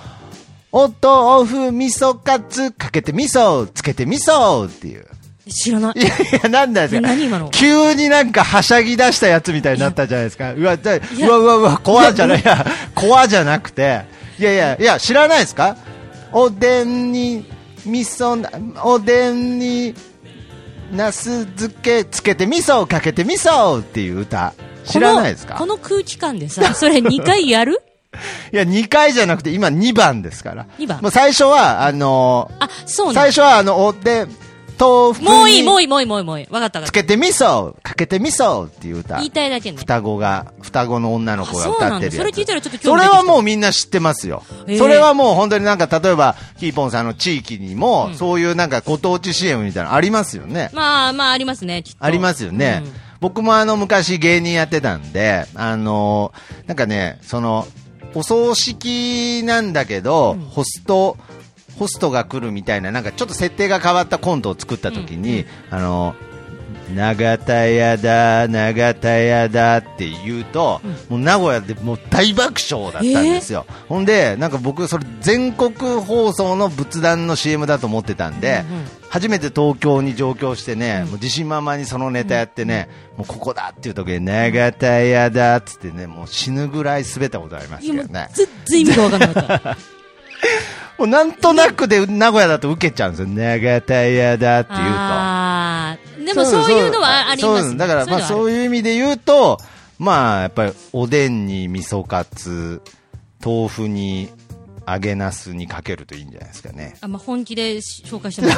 [SPEAKER 2] お豆腐味噌カツかけて味噌つけて味噌っていう。
[SPEAKER 3] 知らない
[SPEAKER 2] い。やいや、なんだよ。
[SPEAKER 3] 何今の
[SPEAKER 2] 急になんかはしゃぎ出したやつみたいになったじゃないですか。うわ、だ
[SPEAKER 3] いうや
[SPEAKER 2] わうわうわ、怖いじゃない。いや、怖いじゃなくて。いやいや、いや、知らないですかおでんに、味噌な、おでんに、なす漬けつけて味噌をかけて味噌っていう歌。知らないですか
[SPEAKER 3] このこの空気感でさ、それ2回やる
[SPEAKER 2] いや、2回じゃなくて今2番ですから。
[SPEAKER 3] 二番
[SPEAKER 2] もう最初は、あのー
[SPEAKER 3] あ、そうな
[SPEAKER 2] 最
[SPEAKER 3] ん
[SPEAKER 2] 初はあの、おでん、豆腐に
[SPEAKER 3] もういい、もういい、もういい、もういい、もういい。わかったわ
[SPEAKER 2] つ
[SPEAKER 3] かった。
[SPEAKER 2] けて味噌かけて味噌っていう歌。
[SPEAKER 3] 言いたいだけね。
[SPEAKER 2] 双子が、双子の女の子が
[SPEAKER 3] あそうな
[SPEAKER 2] 歌って
[SPEAKER 3] んだ
[SPEAKER 2] るやつ。
[SPEAKER 3] それ聞いたらちょっと興
[SPEAKER 2] そ
[SPEAKER 3] 味出
[SPEAKER 2] れ
[SPEAKER 3] てきた
[SPEAKER 2] はもうみんな知ってますよ。
[SPEAKER 3] えー
[SPEAKER 2] それはもう本当になんか、例えば、キーポンさんの地域にも、そういうなんかご当地 CM みたいなのありますよね。
[SPEAKER 3] まあまあありますね、きっと
[SPEAKER 2] ありますよね。
[SPEAKER 3] うん
[SPEAKER 2] 僕もあの、昔芸人やってたんで、あのーなんかね、その、お葬式なんだけど、ホスト、ホストが来るみたいな、なんかちょっと設定が変わったコントを作った時に、あのー長田屋だ、長田屋だって言うと、もう名古屋でもう大爆笑だったんですよ、ほんで、なんか僕、それ全国放送の仏壇の CM だと思ってたんで、
[SPEAKER 3] うんうん
[SPEAKER 2] 初めて東京に上京してね、もう自信満々にそのネタやってね、もうここだっていう時に、長田屋だっつってね、もう死ぬぐらい滑ったことあります
[SPEAKER 3] いや
[SPEAKER 2] け
[SPEAKER 3] も
[SPEAKER 2] ど
[SPEAKER 3] う
[SPEAKER 2] ね、
[SPEAKER 3] 全然意味がわか んなかった。
[SPEAKER 2] もうなんとなくで名古屋だと受けちゃうんですよ、長田屋だって言うと。
[SPEAKER 3] あーでもそういうのはあり
[SPEAKER 2] そう
[SPEAKER 3] ま
[SPEAKER 2] ですす
[SPEAKER 3] ね。
[SPEAKER 2] だから、まあ、
[SPEAKER 3] う
[SPEAKER 2] そ
[SPEAKER 3] いう
[SPEAKER 2] いう意味で言うと、まあ、やっぱり、おでんに味噌カツ、豆腐に揚げなすにかけるといいんじゃないですかね。
[SPEAKER 3] あまあ、本気で紹介してもら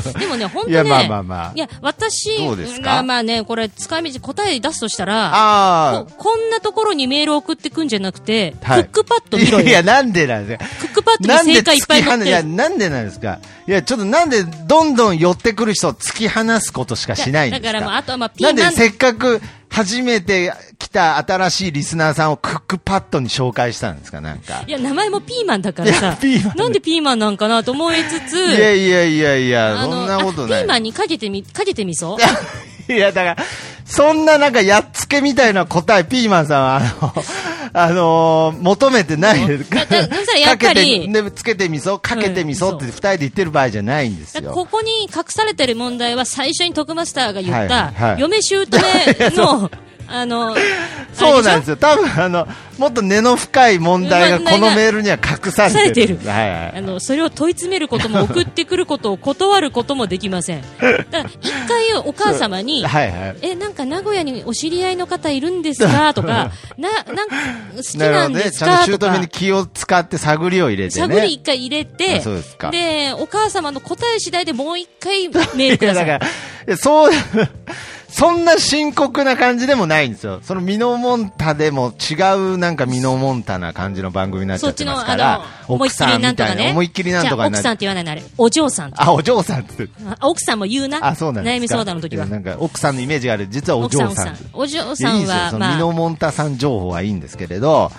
[SPEAKER 3] うでもね、本当ね、
[SPEAKER 2] いやまあまあまあ
[SPEAKER 3] いや私
[SPEAKER 2] どうですか
[SPEAKER 3] まあまあね、これ、使い道、答え出すとしたら、
[SPEAKER 2] あ
[SPEAKER 3] ここんなところにメール送ってくんじゃなくて、
[SPEAKER 2] はい
[SPEAKER 3] クックパッ
[SPEAKER 2] あ。
[SPEAKER 3] ド見ろ
[SPEAKER 2] いや、
[SPEAKER 3] よ。
[SPEAKER 2] なんでなんですか。
[SPEAKER 3] クックパッド
[SPEAKER 2] なん
[SPEAKER 3] に
[SPEAKER 2] で
[SPEAKER 3] 正解いっ
[SPEAKER 2] 突
[SPEAKER 3] ぱい
[SPEAKER 2] き
[SPEAKER 3] 載
[SPEAKER 2] 放
[SPEAKER 3] っ
[SPEAKER 2] い
[SPEAKER 3] て
[SPEAKER 2] や、
[SPEAKER 3] る。
[SPEAKER 2] なんでなんですか。いや、ちょっとなんでどんどん寄ってくる人を突き放すことしかしないんですか。
[SPEAKER 3] だからもうあとはまあピー
[SPEAKER 2] なんで
[SPEAKER 3] なん
[SPEAKER 2] せっかく初めて来た新しいリスナーさんをクックパッドに紹介したんですか、なんか。
[SPEAKER 3] いや、名前もピーマンだから
[SPEAKER 2] いや
[SPEAKER 3] さ
[SPEAKER 2] ピーマ、ン
[SPEAKER 3] なんでピーマンなんかなと思いつつ、
[SPEAKER 2] いやいやいやいや、
[SPEAKER 3] あ
[SPEAKER 2] そん
[SPEAKER 3] の
[SPEAKER 2] な
[SPEAKER 3] あ
[SPEAKER 2] ことない。
[SPEAKER 3] ピーマンにかけてみ、かけてみそう
[SPEAKER 2] いや、だから、そんななんか、やっつけみたいな答え、ピーマンさんは、あ の、あのー求めてないです
[SPEAKER 3] だだだからやっぱり
[SPEAKER 2] かけて、でつけてみそ、かけてみそって
[SPEAKER 3] うん
[SPEAKER 2] 二人で言ってる場合じゃないんです
[SPEAKER 3] だから
[SPEAKER 2] よ。
[SPEAKER 3] ここに隠されてる問題は最初に徳マスターが言っ
[SPEAKER 2] はいはいは
[SPEAKER 3] た、
[SPEAKER 2] い
[SPEAKER 3] 嫁姑 の、あの、
[SPEAKER 2] そうなんです
[SPEAKER 3] よ。
[SPEAKER 2] よ。多分、あの、もっと根の深い問題が、
[SPEAKER 3] 問題
[SPEAKER 2] こ
[SPEAKER 3] が
[SPEAKER 2] のメールには隠さ
[SPEAKER 3] 隠さ
[SPEAKER 2] れ
[SPEAKER 3] れ
[SPEAKER 2] て
[SPEAKER 3] て
[SPEAKER 2] る。
[SPEAKER 3] る。
[SPEAKER 2] はいはい。
[SPEAKER 3] あの、それを問い詰めることも送ってくることを断ることもできません。だから、一回お母様 に、
[SPEAKER 2] はいはい。
[SPEAKER 3] え、なんか名古屋にお知り合いの方いるんですか とか、な、なんか好き
[SPEAKER 2] なる
[SPEAKER 3] な
[SPEAKER 2] ほ
[SPEAKER 3] ん
[SPEAKER 2] ど
[SPEAKER 3] で
[SPEAKER 2] ね。
[SPEAKER 3] す
[SPEAKER 2] ちゃん
[SPEAKER 3] か
[SPEAKER 2] と
[SPEAKER 3] と
[SPEAKER 2] 姑
[SPEAKER 3] か
[SPEAKER 2] に、気を使って探りを入れてね。
[SPEAKER 3] 探り一回入れて
[SPEAKER 2] あそうですか、
[SPEAKER 3] で、お母様の答え次第でもう一回メールくださ
[SPEAKER 2] いや
[SPEAKER 3] い。
[SPEAKER 2] だから、そう、 そんな深刻な感じでもないんですよ。そのミノモンタでも違うなんかミノモンタな感じの番組になっちゃってますから、
[SPEAKER 3] 思
[SPEAKER 2] 奥
[SPEAKER 3] いっき
[SPEAKER 2] さ
[SPEAKER 3] り
[SPEAKER 2] ん
[SPEAKER 3] な
[SPEAKER 2] み
[SPEAKER 3] んと
[SPEAKER 2] た
[SPEAKER 3] か
[SPEAKER 2] いな、
[SPEAKER 3] ね。
[SPEAKER 2] 思いっきりなんとかになっち
[SPEAKER 3] じゃあ奥
[SPEAKER 2] ゃ
[SPEAKER 3] さん
[SPEAKER 2] う
[SPEAKER 3] って言わないのあれ。お嬢さんと。
[SPEAKER 2] あ、お嬢さんって。
[SPEAKER 3] あ奥さんも言うな。
[SPEAKER 2] あ、そうなんですか
[SPEAKER 3] 悩み相談の時はい
[SPEAKER 2] や。なんか奥さんのイメージがある。実はお
[SPEAKER 3] 奥
[SPEAKER 2] 嬢
[SPEAKER 3] さん、奥
[SPEAKER 2] さ
[SPEAKER 3] さ
[SPEAKER 2] ん
[SPEAKER 3] ん。。お嬢
[SPEAKER 2] いや
[SPEAKER 3] さ
[SPEAKER 2] いい
[SPEAKER 3] ん
[SPEAKER 2] ですよ。
[SPEAKER 3] は、
[SPEAKER 2] そのミ
[SPEAKER 3] ま
[SPEAKER 2] ノ
[SPEAKER 3] あ、
[SPEAKER 2] モンタさん情報はいいんですけれど、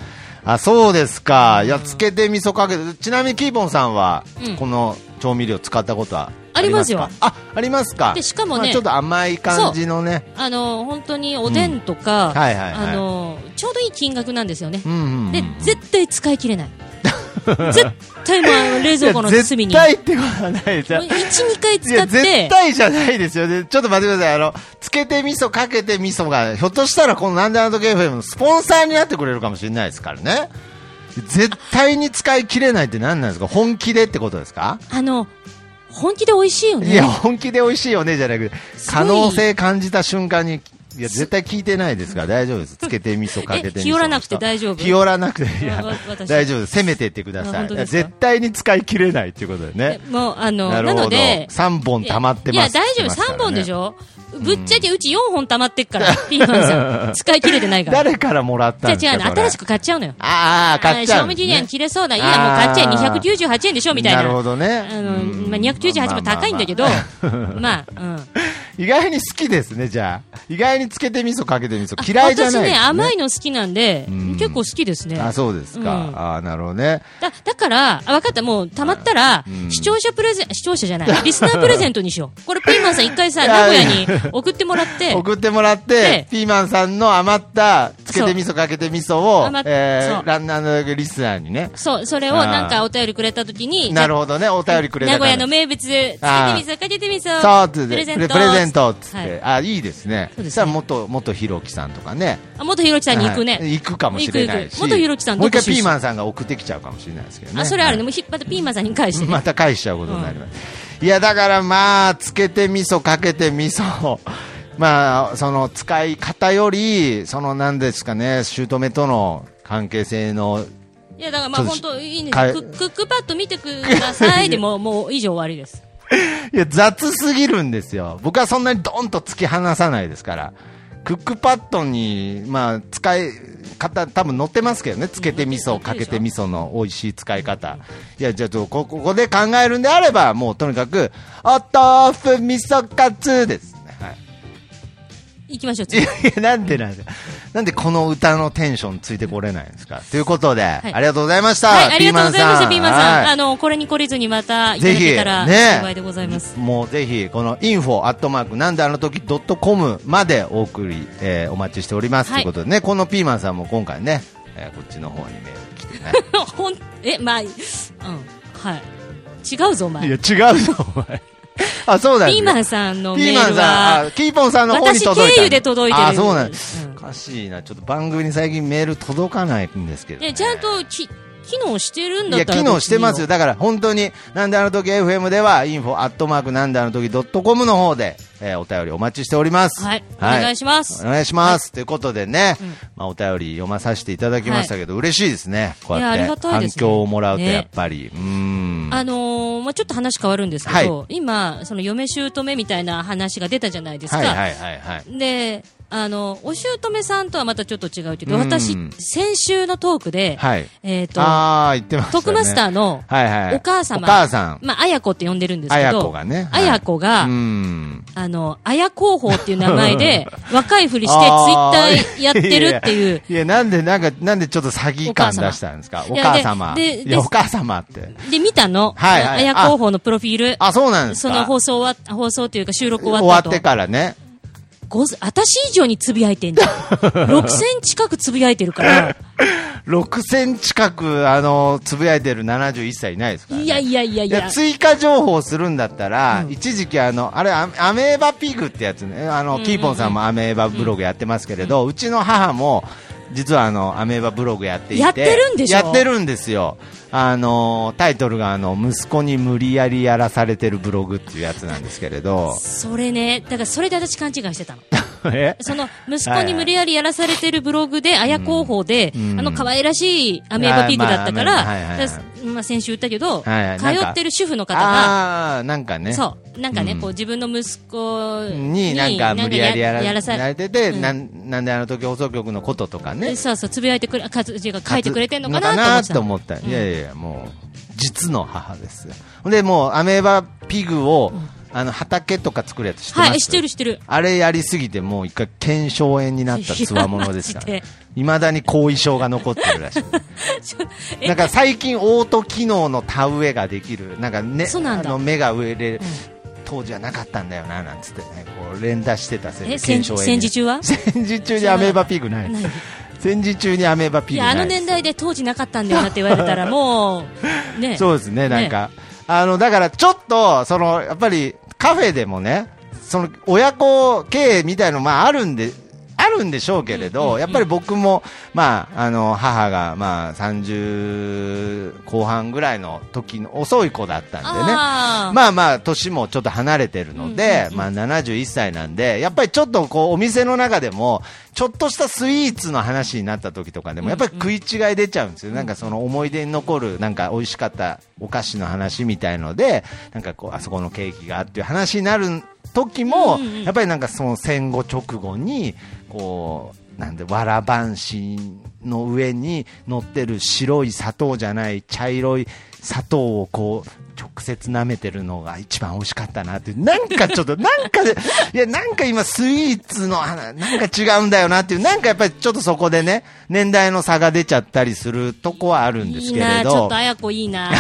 [SPEAKER 2] あ、そうですか。いや、つけて味噌かけて、ちなみにキーボンさんは
[SPEAKER 3] うん、
[SPEAKER 2] この調味料使ったことは
[SPEAKER 3] ありますよ
[SPEAKER 2] かあ、ありますか。
[SPEAKER 3] でしかもね
[SPEAKER 2] まあちょっと甘い感じのね。
[SPEAKER 3] あの、本当におでんとか、
[SPEAKER 2] うんはいはいはい
[SPEAKER 3] あの、ちょうどいい金額なんですよね。
[SPEAKER 2] うんうんうん。
[SPEAKER 3] で、絶対使い切 れない。絶対、まあ、冷蔵庫の
[SPEAKER 2] いや絶
[SPEAKER 3] 隅に。
[SPEAKER 2] 対ってことはないですよ。
[SPEAKER 3] 1、2回
[SPEAKER 2] い
[SPEAKER 3] 使
[SPEAKER 2] や、
[SPEAKER 3] っ
[SPEAKER 2] 絶
[SPEAKER 3] て、
[SPEAKER 2] 対じゃないですよね。ちょっと待ってください。あの、つけて味噌、かけて味噌が、ひょっとしたらこのなんであの時 FM のスポンサーになってくれるかもしれないですからね。絶対に使い切れないって何なんですか本気でってことですか
[SPEAKER 3] あの、本気で美味しいよね。
[SPEAKER 2] いや、本気で美味しいよね、じゃなくて、
[SPEAKER 3] すごい
[SPEAKER 2] 可能性感じた瞬間に、いや、絶対聞いてないですから大丈夫です。つけて味噌かけて味噌。
[SPEAKER 3] え日和らなくて大丈夫
[SPEAKER 2] 日和らなくて、いや
[SPEAKER 3] あわ、私
[SPEAKER 2] 大丈夫です。攻めてってくだ
[SPEAKER 3] あ
[SPEAKER 2] さい。
[SPEAKER 3] 本
[SPEAKER 2] い
[SPEAKER 3] 当
[SPEAKER 2] や
[SPEAKER 3] ですか
[SPEAKER 2] 絶対に使い切れないっていうことでね
[SPEAKER 3] で。もう、あの、
[SPEAKER 2] な
[SPEAKER 3] な
[SPEAKER 2] るほど
[SPEAKER 3] ので、
[SPEAKER 2] 3本溜まってます
[SPEAKER 3] いや、大
[SPEAKER 2] って
[SPEAKER 3] 丈
[SPEAKER 2] 言って
[SPEAKER 3] 夫、
[SPEAKER 2] ますからね
[SPEAKER 3] 3本でしょぶっちゃけうち4本溜まってっから、ピーマン さん。使い切れてないから。
[SPEAKER 2] 誰からもらったんです
[SPEAKER 3] じゃ
[SPEAKER 2] か
[SPEAKER 3] あ違うの、新し
[SPEAKER 2] く。
[SPEAKER 3] く買っちゃうのよ。
[SPEAKER 2] ああ、買っちゃうん
[SPEAKER 3] あー賞味
[SPEAKER 2] です
[SPEAKER 3] 期
[SPEAKER 2] ね、
[SPEAKER 3] 限切れそうだ。いいや、もう買っちゃえ。298円でしょみたいな。
[SPEAKER 2] なるほどね
[SPEAKER 3] あの、
[SPEAKER 2] うん
[SPEAKER 3] まあ、298も高いんだけど、
[SPEAKER 2] ま
[SPEAKER 3] ま
[SPEAKER 2] あ
[SPEAKER 3] あ、うん。
[SPEAKER 2] 意外に好きですね、じゃあ。意外につけて味噌かけて味噌。 嫌いじゃない、
[SPEAKER 3] 私ね、甘い
[SPEAKER 2] ね、
[SPEAKER 3] の好きなんで、
[SPEAKER 2] ん
[SPEAKER 3] 結構好きですね。
[SPEAKER 2] あ、そうですか。
[SPEAKER 3] うん
[SPEAKER 2] ああ、なるほどね。
[SPEAKER 3] だ、だから、あ、わかった、もう、たまったら、
[SPEAKER 2] うん
[SPEAKER 3] 視聴者プレゼン、視聴者じゃない、リスナープレゼントにしよう。これ、ピーマンさん一回 さ、
[SPEAKER 2] いや
[SPEAKER 3] 名古屋に送ってもらって、
[SPEAKER 2] 送ってもらって
[SPEAKER 3] で、
[SPEAKER 2] ピーマンさんの余った、つけて味噌かけて味噌を
[SPEAKER 3] 余、っ
[SPEAKER 2] え
[SPEAKER 3] そ
[SPEAKER 2] ー、
[SPEAKER 3] う
[SPEAKER 2] ランナーのリスナーにね。
[SPEAKER 3] そう、それを
[SPEAKER 2] あー
[SPEAKER 3] なんかお便りくれたときに、
[SPEAKER 2] なるほどね、お便りくれ
[SPEAKER 3] 名
[SPEAKER 2] たか
[SPEAKER 3] 古
[SPEAKER 2] ら。
[SPEAKER 3] 屋の名物、つけてみそ、かけてみそ、
[SPEAKER 2] そうつって
[SPEAKER 3] プレゼン
[SPEAKER 2] プ
[SPEAKER 3] ト。
[SPEAKER 2] レプレゼントっつって、
[SPEAKER 3] はい
[SPEAKER 2] あいいですね
[SPEAKER 3] そうですね
[SPEAKER 2] したら元元ひろきさんとかね
[SPEAKER 3] あ、元ひろきさんに行くね。
[SPEAKER 2] はい行くかもしれない
[SPEAKER 3] 行く
[SPEAKER 2] し
[SPEAKER 3] 行く元ひろきさん
[SPEAKER 2] もう
[SPEAKER 3] ど
[SPEAKER 2] 一
[SPEAKER 3] こ
[SPEAKER 2] 回
[SPEAKER 3] 出身
[SPEAKER 2] ピーマンさんが送ってきちゃうかもしれないですけどね
[SPEAKER 3] あ、それあるね。
[SPEAKER 2] は
[SPEAKER 3] もう引っ張ってピーマンさんに返し
[SPEAKER 2] い
[SPEAKER 3] て ね。
[SPEAKER 2] また返しちゃうことになります、いやだからまあつけて味噌かけて味噌 まあその使い方よりそのなんですかね姑との関係性の
[SPEAKER 3] いや、だからまあ
[SPEAKER 2] ちょっ
[SPEAKER 3] 本
[SPEAKER 2] と
[SPEAKER 3] 当いいね。ク
[SPEAKER 2] かえ
[SPEAKER 3] ックックパッド見てください。でも、もう以上終わりです。
[SPEAKER 2] いや、雑すぎるんですよ。僕はそんなにドンと突き放さないですから。クックパッドに、まあ、使い方、多分載ってますけどね。つけて味噌、かけて味噌の美味しい使い方。いや、じゃあ、ちょっとこここで考えるんであれば、もうとにかく、お豆腐味噌カツですね。はい。
[SPEAKER 3] 行きましょう、
[SPEAKER 2] い
[SPEAKER 3] 次
[SPEAKER 2] やいや、なんでなんですか。なんでこの歌のテンションついてこれないんですか。ということで、
[SPEAKER 3] い
[SPEAKER 2] ありがとうございました。
[SPEAKER 3] はい、ありがとうございました、ピーマンさん。
[SPEAKER 2] はい
[SPEAKER 3] あの、これに懲りずにまたいた
[SPEAKER 2] ぜ
[SPEAKER 3] だ
[SPEAKER 2] ひ、
[SPEAKER 3] けたら
[SPEAKER 2] ね
[SPEAKER 3] 幸いでございます。
[SPEAKER 2] もうぜひ、この info アットマークなんであの時ドットコムまでお送り、えーお待ちしております、
[SPEAKER 3] はい
[SPEAKER 2] ということでね、このピーマンさんも今回ね、えーこっちの方にメール来てね。
[SPEAKER 3] ほん、え、まあ、うん、はい。違うぞ、お前。
[SPEAKER 2] い
[SPEAKER 3] ピ
[SPEAKER 2] や、違うぞ、お前。あ、そうなんです
[SPEAKER 3] ーマンさんの
[SPEAKER 2] ピ
[SPEAKER 3] メ
[SPEAKER 2] ー
[SPEAKER 3] ー
[SPEAKER 2] マン
[SPEAKER 3] ル
[SPEAKER 2] さん、あ
[SPEAKER 3] は、
[SPEAKER 2] キーポンさんの方に届いた。
[SPEAKER 3] 私経由で届いてる
[SPEAKER 2] あ、そうなんです。
[SPEAKER 3] うん
[SPEAKER 2] おかしいな。ちょっと番組に最近メール届かないんですけど、
[SPEAKER 3] い
[SPEAKER 2] ね。
[SPEAKER 3] やちゃんとき機能してるん
[SPEAKER 2] い
[SPEAKER 3] だっ
[SPEAKER 2] や、
[SPEAKER 3] たら。
[SPEAKER 2] 機能してますよ。。だから、本当に、なんであの時 FM では、インフォアットマークなんであの時 .com の方で、えーお便りお待ちしております。
[SPEAKER 3] はいお願いします
[SPEAKER 2] お願いします。ということでね、まあ、お便り読まさせていただきましたけど、嬉しいですね。こうや
[SPEAKER 3] いやあり
[SPEAKER 2] っ
[SPEAKER 3] が
[SPEAKER 2] て、
[SPEAKER 3] たい
[SPEAKER 2] 反
[SPEAKER 3] ですね
[SPEAKER 2] 響をもらうと、
[SPEAKER 3] ね
[SPEAKER 2] やっぱり、うーん。
[SPEAKER 3] あのーまあちょっと話変わるんですけど、今、その嫁姑みたいな話が出たじゃないですか。
[SPEAKER 2] はいはいはいはい。
[SPEAKER 3] で、あの、お姑さんとはまたちょっと違うけど、
[SPEAKER 2] うん
[SPEAKER 3] 私、先週のトークで、
[SPEAKER 2] はい。
[SPEAKER 3] えっ、と、
[SPEAKER 2] ああ、言ってましたね。
[SPEAKER 3] トークマスターの
[SPEAKER 2] はいはい。
[SPEAKER 3] お母
[SPEAKER 2] お
[SPEAKER 3] 様、
[SPEAKER 2] 母さん。
[SPEAKER 3] まあ、あやこって呼んでるんですけ
[SPEAKER 2] あ
[SPEAKER 3] ど、
[SPEAKER 2] やこがねはい
[SPEAKER 3] あやこが、
[SPEAKER 2] うん。
[SPEAKER 3] あの、あや広報っていう名 前で、若いふりしてツイッターやってるってい
[SPEAKER 2] あーいやい
[SPEAKER 3] う。
[SPEAKER 2] やいや、なんで、なんか、なんでちょっと詐欺感出したんですかお
[SPEAKER 3] お母
[SPEAKER 2] 母
[SPEAKER 3] 様
[SPEAKER 2] 様。
[SPEAKER 3] いやでで
[SPEAKER 2] いや、お母様って。
[SPEAKER 3] で、見たの。
[SPEAKER 2] はいはい
[SPEAKER 3] あや広報のプロフィール。
[SPEAKER 2] あ、そうなんです
[SPEAKER 3] そ
[SPEAKER 2] か
[SPEAKER 3] の放送は、放送というか収録終わ
[SPEAKER 2] 終
[SPEAKER 3] った
[SPEAKER 2] わ
[SPEAKER 3] 後
[SPEAKER 2] ってからね。
[SPEAKER 3] ごず私以上につぶやいて んじゃん。6000近くつぶやいてるから。
[SPEAKER 2] 6000近く、あの、つぶやいてる71歳いないですから、ね。
[SPEAKER 3] いやいやいやい
[SPEAKER 2] いや
[SPEAKER 3] や。
[SPEAKER 2] 追加情報するんだったら、一時期あの、あれア、アメーバピグってやつね、あの、キーポンさんもアメーバブログやってますけれど、うちの母も、実はあの、アメーバブログやっていて、
[SPEAKER 3] やってるんでしょ、
[SPEAKER 2] やってるんですよ。あの、タイトルが、あの、息子に無理やりやらされてるブログっていうやつなんですけれど
[SPEAKER 3] それね、だからそれで私勘違いし てたの。
[SPEAKER 2] え
[SPEAKER 3] その息
[SPEAKER 2] は
[SPEAKER 3] 子
[SPEAKER 2] いは
[SPEAKER 3] に
[SPEAKER 2] い
[SPEAKER 3] 無理やりやらされてるブログで、綾候補で、
[SPEAKER 2] うん
[SPEAKER 3] あの可愛らしいアメーバピークだったか
[SPEAKER 2] あーまあアメーバは
[SPEAKER 3] ら、
[SPEAKER 2] いはい
[SPEAKER 3] だ
[SPEAKER 2] はい
[SPEAKER 3] まあ先週言ったけど、通
[SPEAKER 2] はいはいなんか
[SPEAKER 3] ってる主婦の方が、
[SPEAKER 2] ああー、なんかね。
[SPEAKER 3] そう、なんかね、
[SPEAKER 2] うん
[SPEAKER 3] こう自分の息子
[SPEAKER 2] に
[SPEAKER 3] に、
[SPEAKER 2] なんか無理やりやら
[SPEAKER 3] さ
[SPEAKER 2] れてて、
[SPEAKER 3] うん
[SPEAKER 2] なんなんであの時放送局のこととかね
[SPEAKER 3] でそうそう、つぶやいてくれ、かつ違う書いてくれてんのか
[SPEAKER 2] のかな
[SPEAKER 3] な
[SPEAKER 2] と
[SPEAKER 3] と
[SPEAKER 2] 思
[SPEAKER 3] 思
[SPEAKER 2] っ
[SPEAKER 3] ったた。
[SPEAKER 2] いやいやいやもう実の母ですよでもうアメーバピグを、あの畑とか作るやつ知ってます
[SPEAKER 3] はい、知ってる知ってる。
[SPEAKER 2] あれやりすぎてもう一回腱鞘炎に なったつわものですから
[SPEAKER 3] いやマジ
[SPEAKER 2] いまだに後遺症が残ってるら しい
[SPEAKER 3] え
[SPEAKER 2] なんか最近オート機能の田植えができるなんかね
[SPEAKER 3] そうなんだ
[SPEAKER 2] あの目が植えれる、当時はなかったんだよななんつってねこう連打してたせいで
[SPEAKER 3] え戦
[SPEAKER 2] 腱鞘炎に
[SPEAKER 3] 戦時中は
[SPEAKER 2] 戦時中にアメーバピグない
[SPEAKER 3] ない
[SPEAKER 2] 戦時中にアメーバピ
[SPEAKER 3] い
[SPEAKER 2] グな
[SPEAKER 3] や、
[SPEAKER 2] い
[SPEAKER 3] あの年代で当時なかったんだよなって言われたら、もう、ね。
[SPEAKER 2] そうですね、なんか、あのだからちょっと、そのやっぱりカフェでもね、その親子経営みたいの、まあ、あるんで。あるんでしょうけれど、やっぱり僕も、まあ、あの、母が、まあ、30後半ぐらいの時の遅い子だったんでね。
[SPEAKER 3] あー
[SPEAKER 2] まあまあ、年もちょっと離れてるので、まあ71歳なんで、やっぱりちょっとこう、お店の中でも、ちょっとしたスイーツの話になった時とかでも、やっぱり食い違い出ちゃうんですよ。なんかその思い出に残る、なんか美味しかったお菓子の話みたいので、なんかこう、あそこのケーキがっていう話になる時も
[SPEAKER 3] うんうんう、ん
[SPEAKER 2] やっぱりなんかその戦後直後に、こう、なんで、わらばんしの上に乗ってる白い砂糖じゃない茶色い砂糖をこう、直接舐めてるのが一番美味しかったなって、なんかちょっと、なんかで、いや、なんか今スイーツの話、なんか違うんだよなっていう、なんかやっぱりちょっとそこでね、年代の差が出ちゃったりするとこはあるんですけ
[SPEAKER 3] いい
[SPEAKER 2] れ
[SPEAKER 3] なちょっ
[SPEAKER 2] ど
[SPEAKER 3] と、あやこいいな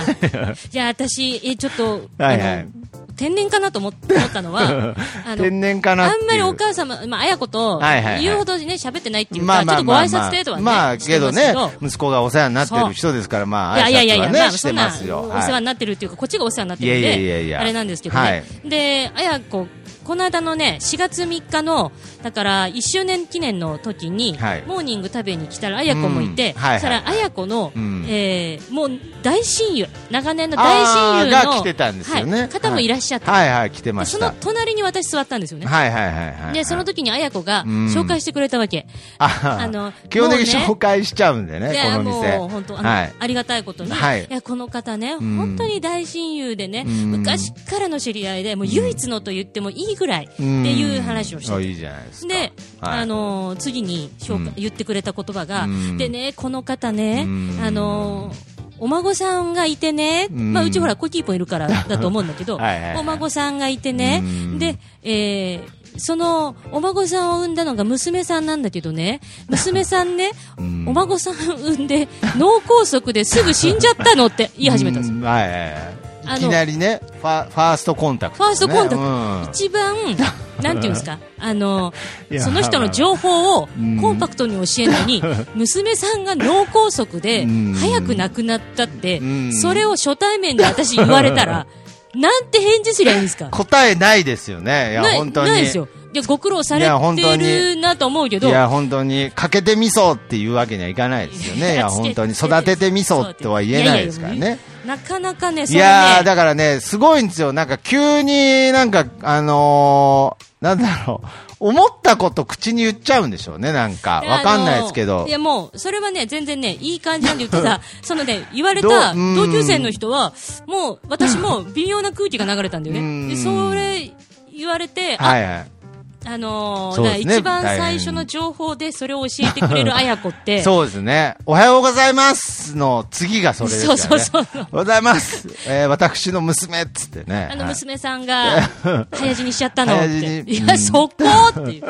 [SPEAKER 3] じゃあ私えちょっと、
[SPEAKER 2] はいはい
[SPEAKER 3] あの天然かなと思思ったのはあの
[SPEAKER 2] 天然かなっ
[SPEAKER 3] あ
[SPEAKER 2] ていうん
[SPEAKER 3] まりお母様、まあ、あやこと
[SPEAKER 2] はいはいはい
[SPEAKER 3] 言うほどね喋ってないっていう
[SPEAKER 2] ま
[SPEAKER 3] か、
[SPEAKER 2] あまあ
[SPEAKER 3] ちょっとご
[SPEAKER 2] まあ
[SPEAKER 3] 挨
[SPEAKER 2] ま
[SPEAKER 3] 拶
[SPEAKER 2] あ
[SPEAKER 3] 程度はね、
[SPEAKER 2] まあ、
[SPEAKER 3] して
[SPEAKER 2] けど
[SPEAKER 3] ます
[SPEAKER 2] ね、息子がお世話になって
[SPEAKER 3] そ
[SPEAKER 2] る
[SPEAKER 3] う
[SPEAKER 2] 人ですから、まあ、
[SPEAKER 3] いやいやいや
[SPEAKER 2] 挨拶は
[SPEAKER 3] いや、
[SPEAKER 2] ね、
[SPEAKER 3] まあ、
[SPEAKER 2] し
[SPEAKER 3] そ
[SPEAKER 2] て
[SPEAKER 3] んな
[SPEAKER 2] ま
[SPEAKER 3] お
[SPEAKER 2] す
[SPEAKER 3] 世
[SPEAKER 2] よ。
[SPEAKER 3] 話になってるっていうか、こっちがお世話になってるん
[SPEAKER 2] いやいやいやい
[SPEAKER 3] で、
[SPEAKER 2] や
[SPEAKER 3] あれなんですけどね。
[SPEAKER 2] はい
[SPEAKER 3] で、あやこ、この間のね、4月3日の、だから、1周年記念の時に、
[SPEAKER 2] はい
[SPEAKER 3] モーニング食べに来たら、あやこもいて、
[SPEAKER 2] うんはいはい
[SPEAKER 3] そしたら、あやこの、
[SPEAKER 2] うん
[SPEAKER 3] えーもう、大親友、長年の大親友
[SPEAKER 2] あー
[SPEAKER 3] の、
[SPEAKER 2] が来てたんですよね
[SPEAKER 3] はい方もいらっしゃって、
[SPEAKER 2] はいはい、来てま
[SPEAKER 3] で
[SPEAKER 2] し
[SPEAKER 3] そ
[SPEAKER 2] た。
[SPEAKER 3] の隣に私座ったんですよね。
[SPEAKER 2] はいはいはいはい。
[SPEAKER 3] で、その時にあやこが、
[SPEAKER 2] うん
[SPEAKER 3] 紹介してくれたわけ。
[SPEAKER 2] あ
[SPEAKER 3] あの
[SPEAKER 2] 基本的に
[SPEAKER 3] もうね
[SPEAKER 2] 紹介しちゃうんでね、
[SPEAKER 3] で
[SPEAKER 2] この店。
[SPEAKER 3] もう本当あの、
[SPEAKER 2] はい。
[SPEAKER 3] ありがたいことに、
[SPEAKER 2] はい
[SPEAKER 3] い、やこの方ね、
[SPEAKER 2] ん
[SPEAKER 3] 本当に大親友でね、
[SPEAKER 2] うん
[SPEAKER 3] 昔からの知り合いで、もう唯一のと言ってもいいぐらいって
[SPEAKER 2] うん
[SPEAKER 3] いう話をして
[SPEAKER 2] あ
[SPEAKER 3] て
[SPEAKER 2] いいじゃないですか。
[SPEAKER 3] で、
[SPEAKER 2] はい
[SPEAKER 3] あ、のー次に紹介、
[SPEAKER 2] うん
[SPEAKER 3] 言ってくれた言葉が、
[SPEAKER 2] うん
[SPEAKER 3] でね、この方ね、
[SPEAKER 2] うん
[SPEAKER 3] あのーお孫さんがいてね、
[SPEAKER 2] うん
[SPEAKER 3] まあ、うちほら、コキーポンいる からだと思うんだけど、
[SPEAKER 2] はいはいはい
[SPEAKER 3] お孫さんがいてね
[SPEAKER 2] うん、
[SPEAKER 3] で、えーその、お孫さんを産んだのが娘さんなんだけどね、娘さ んね、
[SPEAKER 2] ん
[SPEAKER 3] お孫さん産んで、脳梗塞ですぐ死んじゃった のって言い始めたんですよ。
[SPEAKER 2] うんはいはいは
[SPEAKER 3] あ
[SPEAKER 2] い。
[SPEAKER 3] の
[SPEAKER 2] いきなりね、ファファーストコンタクト、
[SPEAKER 3] ファーストコンタクト
[SPEAKER 2] ト。
[SPEAKER 3] 一 番、なんていうんですか、あの
[SPEAKER 2] いや
[SPEAKER 3] その人の情報を
[SPEAKER 2] ん
[SPEAKER 3] コンパクトに教えるの に、娘さんが脳梗塞で
[SPEAKER 2] うん
[SPEAKER 3] 早く亡くなったって
[SPEAKER 2] うん、
[SPEAKER 3] それを初対面で 私言われたら、なんて返事すりゃいいんですか。
[SPEAKER 2] 答えないですよね。いや、
[SPEAKER 3] ない
[SPEAKER 2] 本当に。
[SPEAKER 3] ないですよ。いやご苦労さ
[SPEAKER 2] いや本
[SPEAKER 3] れ
[SPEAKER 2] 当
[SPEAKER 3] て
[SPEAKER 2] に
[SPEAKER 3] るなと思うけ
[SPEAKER 2] い
[SPEAKER 3] ど、
[SPEAKER 2] や、本当に、かけてみそっていうわけにはいかないですよ ね。いや、本当に、育ててみそとは言えないですからね。
[SPEAKER 3] なかなかね、そ
[SPEAKER 2] い
[SPEAKER 3] れ
[SPEAKER 2] やー、
[SPEAKER 3] ね、
[SPEAKER 2] だからね、すごいんですよ。なんか急になんか、あのー、なんだろう。思ったこと口に言っちゃうんでしょうね、なんか。わかんないですけ
[SPEAKER 3] あの
[SPEAKER 2] ど
[SPEAKER 3] い。や、もう、それはね、全然ね、いい感じなんで言って た、そのね、言われ
[SPEAKER 2] ど
[SPEAKER 3] た
[SPEAKER 2] うん
[SPEAKER 3] 同級生の人は、もう、私も微妙な空気が流れたんだよ
[SPEAKER 2] うん
[SPEAKER 3] ね。で、それ言われて、
[SPEAKER 2] は
[SPEAKER 3] あ、
[SPEAKER 2] いはい。
[SPEAKER 3] あのー
[SPEAKER 2] そうですね
[SPEAKER 3] だから一番
[SPEAKER 2] 大変
[SPEAKER 3] 最初の情報でそれを教えてくれる綾子って、
[SPEAKER 2] そうですね。おはようございますの次がそれですからね。
[SPEAKER 3] そうそうそう
[SPEAKER 2] おはようございます。えー、私の娘っつってね。
[SPEAKER 3] あの
[SPEAKER 2] はい
[SPEAKER 3] 娘さ んが早死にしちゃったのっ
[SPEAKER 2] 早死
[SPEAKER 3] て。
[SPEAKER 2] に
[SPEAKER 3] いうや、
[SPEAKER 2] ん
[SPEAKER 3] そこっ ていう。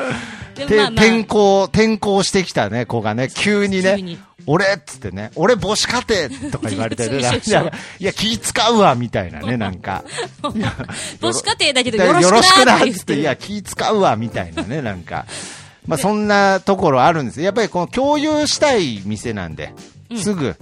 [SPEAKER 3] で
[SPEAKER 2] て
[SPEAKER 3] もまあまあ
[SPEAKER 2] 転校、転校してきたね、子がね、急に
[SPEAKER 3] 急に
[SPEAKER 2] ね、俺っつってね、俺母子家庭とか言われて
[SPEAKER 3] そう
[SPEAKER 2] ね、
[SPEAKER 3] そ
[SPEAKER 2] な
[SPEAKER 3] うんそう
[SPEAKER 2] かいや、気使うわ、みたいな ね、なんか。
[SPEAKER 3] 母子家庭だけど
[SPEAKER 2] だ
[SPEAKER 3] よ
[SPEAKER 2] から
[SPEAKER 3] ろ
[SPEAKER 2] よ
[SPEAKER 3] し
[SPEAKER 2] ろしく
[SPEAKER 3] くな
[SPEAKER 2] なっ
[SPEAKER 3] っ
[SPEAKER 2] て
[SPEAKER 3] 言
[SPEAKER 2] つ
[SPEAKER 3] っ
[SPEAKER 2] って、い
[SPEAKER 3] て。
[SPEAKER 2] や、気使うわ、みたいなね、なんか。まあ、そんなところあるんです。やっぱりこの共有したい店なんで、すぐ。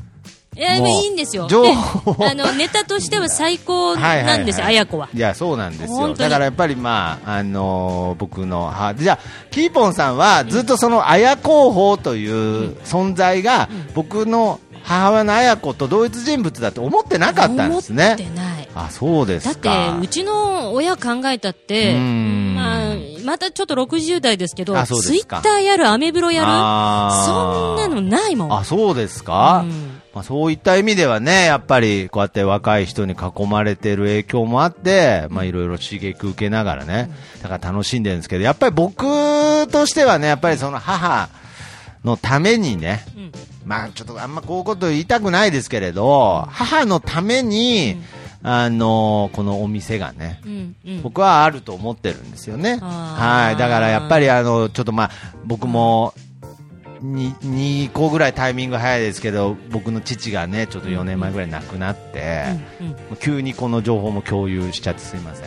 [SPEAKER 3] いや、
[SPEAKER 2] もう
[SPEAKER 3] いいんですよ。で
[SPEAKER 2] 情報
[SPEAKER 3] あの、ネタとしては最高
[SPEAKER 2] はいはいはい
[SPEAKER 3] なんですよ、綾子は。
[SPEAKER 2] いや、そうなんですよ。
[SPEAKER 3] 本当
[SPEAKER 2] だ
[SPEAKER 3] に
[SPEAKER 2] からやっぱりまあ、あのー僕の、は、じゃあ、キーポンさんはずっとその綾候補という存在が、僕の母親の綾子と同一人物だと思ってなかったんです
[SPEAKER 3] 思
[SPEAKER 2] ね
[SPEAKER 3] っ。てない。
[SPEAKER 2] あ、そうで
[SPEAKER 3] だ
[SPEAKER 2] す
[SPEAKER 3] って
[SPEAKER 2] か。、
[SPEAKER 3] うちの親考えたって、
[SPEAKER 2] うん
[SPEAKER 3] まあ、またちょっと60代ですけど、
[SPEAKER 2] あそう
[SPEAKER 3] ツ
[SPEAKER 2] で
[SPEAKER 3] イ
[SPEAKER 2] す
[SPEAKER 3] ッ
[SPEAKER 2] か
[SPEAKER 3] ターやる、アメブロやる、そ
[SPEAKER 2] あ
[SPEAKER 3] ん
[SPEAKER 2] ー
[SPEAKER 3] なのないもん。
[SPEAKER 2] あ、そうですか、
[SPEAKER 3] うん
[SPEAKER 2] まあ、そういった意味ではね、やっぱりこうやって若い人に囲まれてる影響もあって、まあいろいろ刺激受けながらね、だから楽しんでるんですけど、やっぱり僕としてはね、やっぱりその母のためにね、
[SPEAKER 3] うん
[SPEAKER 2] まあちょっとあんまこういうこと言いたくないですけれど、母のために、あのこのお店がね、
[SPEAKER 3] うんうん
[SPEAKER 2] 僕はあると思ってるんですよね。
[SPEAKER 3] あー
[SPEAKER 2] はい。だからやっぱりあの、ちょっとまあ、僕も、に、2個ぐらいタイミング早いですけど、僕の父がね、ちょっと4年前ぐらい亡くなって、
[SPEAKER 3] うんうん
[SPEAKER 2] もう急にこの情報も共有しちゃってすいません。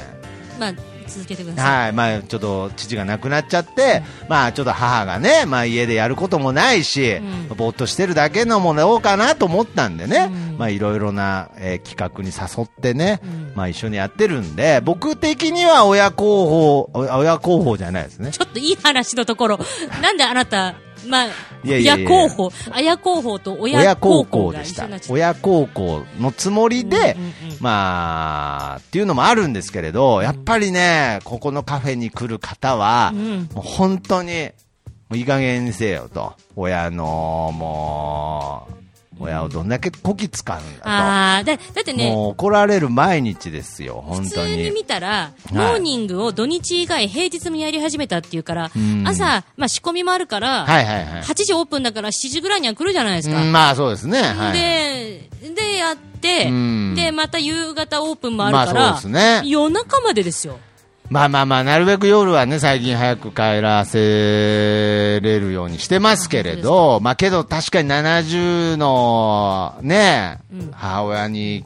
[SPEAKER 3] まあ、続けてください。
[SPEAKER 2] はい。まあ、ちょっと父が亡くなっちゃって、まあ、ちょっと母がね、まあ家でやることもないし、
[SPEAKER 3] うん
[SPEAKER 2] ぼーっとしてるだけのものをかなと思ったんでね、
[SPEAKER 3] うん
[SPEAKER 2] まあいろいろな、えー企画に誘ってね、
[SPEAKER 3] うん
[SPEAKER 2] まあ一緒にやってるんで、僕的には親候補、お親候補じゃないですね。
[SPEAKER 3] ちょっといい話のところ、 なんであなた、まあ、
[SPEAKER 2] いやいやいや
[SPEAKER 3] 親候補、親候補と
[SPEAKER 2] 親
[SPEAKER 3] 親
[SPEAKER 2] 孝
[SPEAKER 3] 孝
[SPEAKER 2] 行
[SPEAKER 3] 行
[SPEAKER 2] で
[SPEAKER 3] が
[SPEAKER 2] し
[SPEAKER 3] 一
[SPEAKER 2] た
[SPEAKER 3] 緒になっ。ちゃった。
[SPEAKER 2] 親孝行のつもりで、
[SPEAKER 3] うんうんうん
[SPEAKER 2] まあ、っていうのもあるんですけれど、やっぱりね、ここのカフェに来る方は、
[SPEAKER 3] うん
[SPEAKER 2] もう本当に、もういい加減にせよと。親の、もう、親をどんだけこき使うんだ
[SPEAKER 3] ああ、だ、だって
[SPEAKER 2] と。
[SPEAKER 3] ね、
[SPEAKER 2] もう怒られる毎日ですよ、本
[SPEAKER 3] 普
[SPEAKER 2] 当
[SPEAKER 3] 通に
[SPEAKER 2] に。
[SPEAKER 3] 見たら、モーニングを土日以外平日もやり始めたっていうから
[SPEAKER 2] ん、
[SPEAKER 3] 朝、まあ仕込みもあるから、
[SPEAKER 2] はいはいはい。
[SPEAKER 3] 8時オープンだから7時ぐらいには来るじゃないですか。
[SPEAKER 2] うんまあそうですね。はい、
[SPEAKER 3] で、で、やって
[SPEAKER 2] うん、
[SPEAKER 3] で、また夕方オープンもあるから、
[SPEAKER 2] まあそうですね
[SPEAKER 3] 夜中までですよ。
[SPEAKER 2] まあまあまあ、なるべく夜はね、最近早く帰らせれるようにしてますけれど、まあけど確かに70のね、
[SPEAKER 3] うん
[SPEAKER 2] 母親に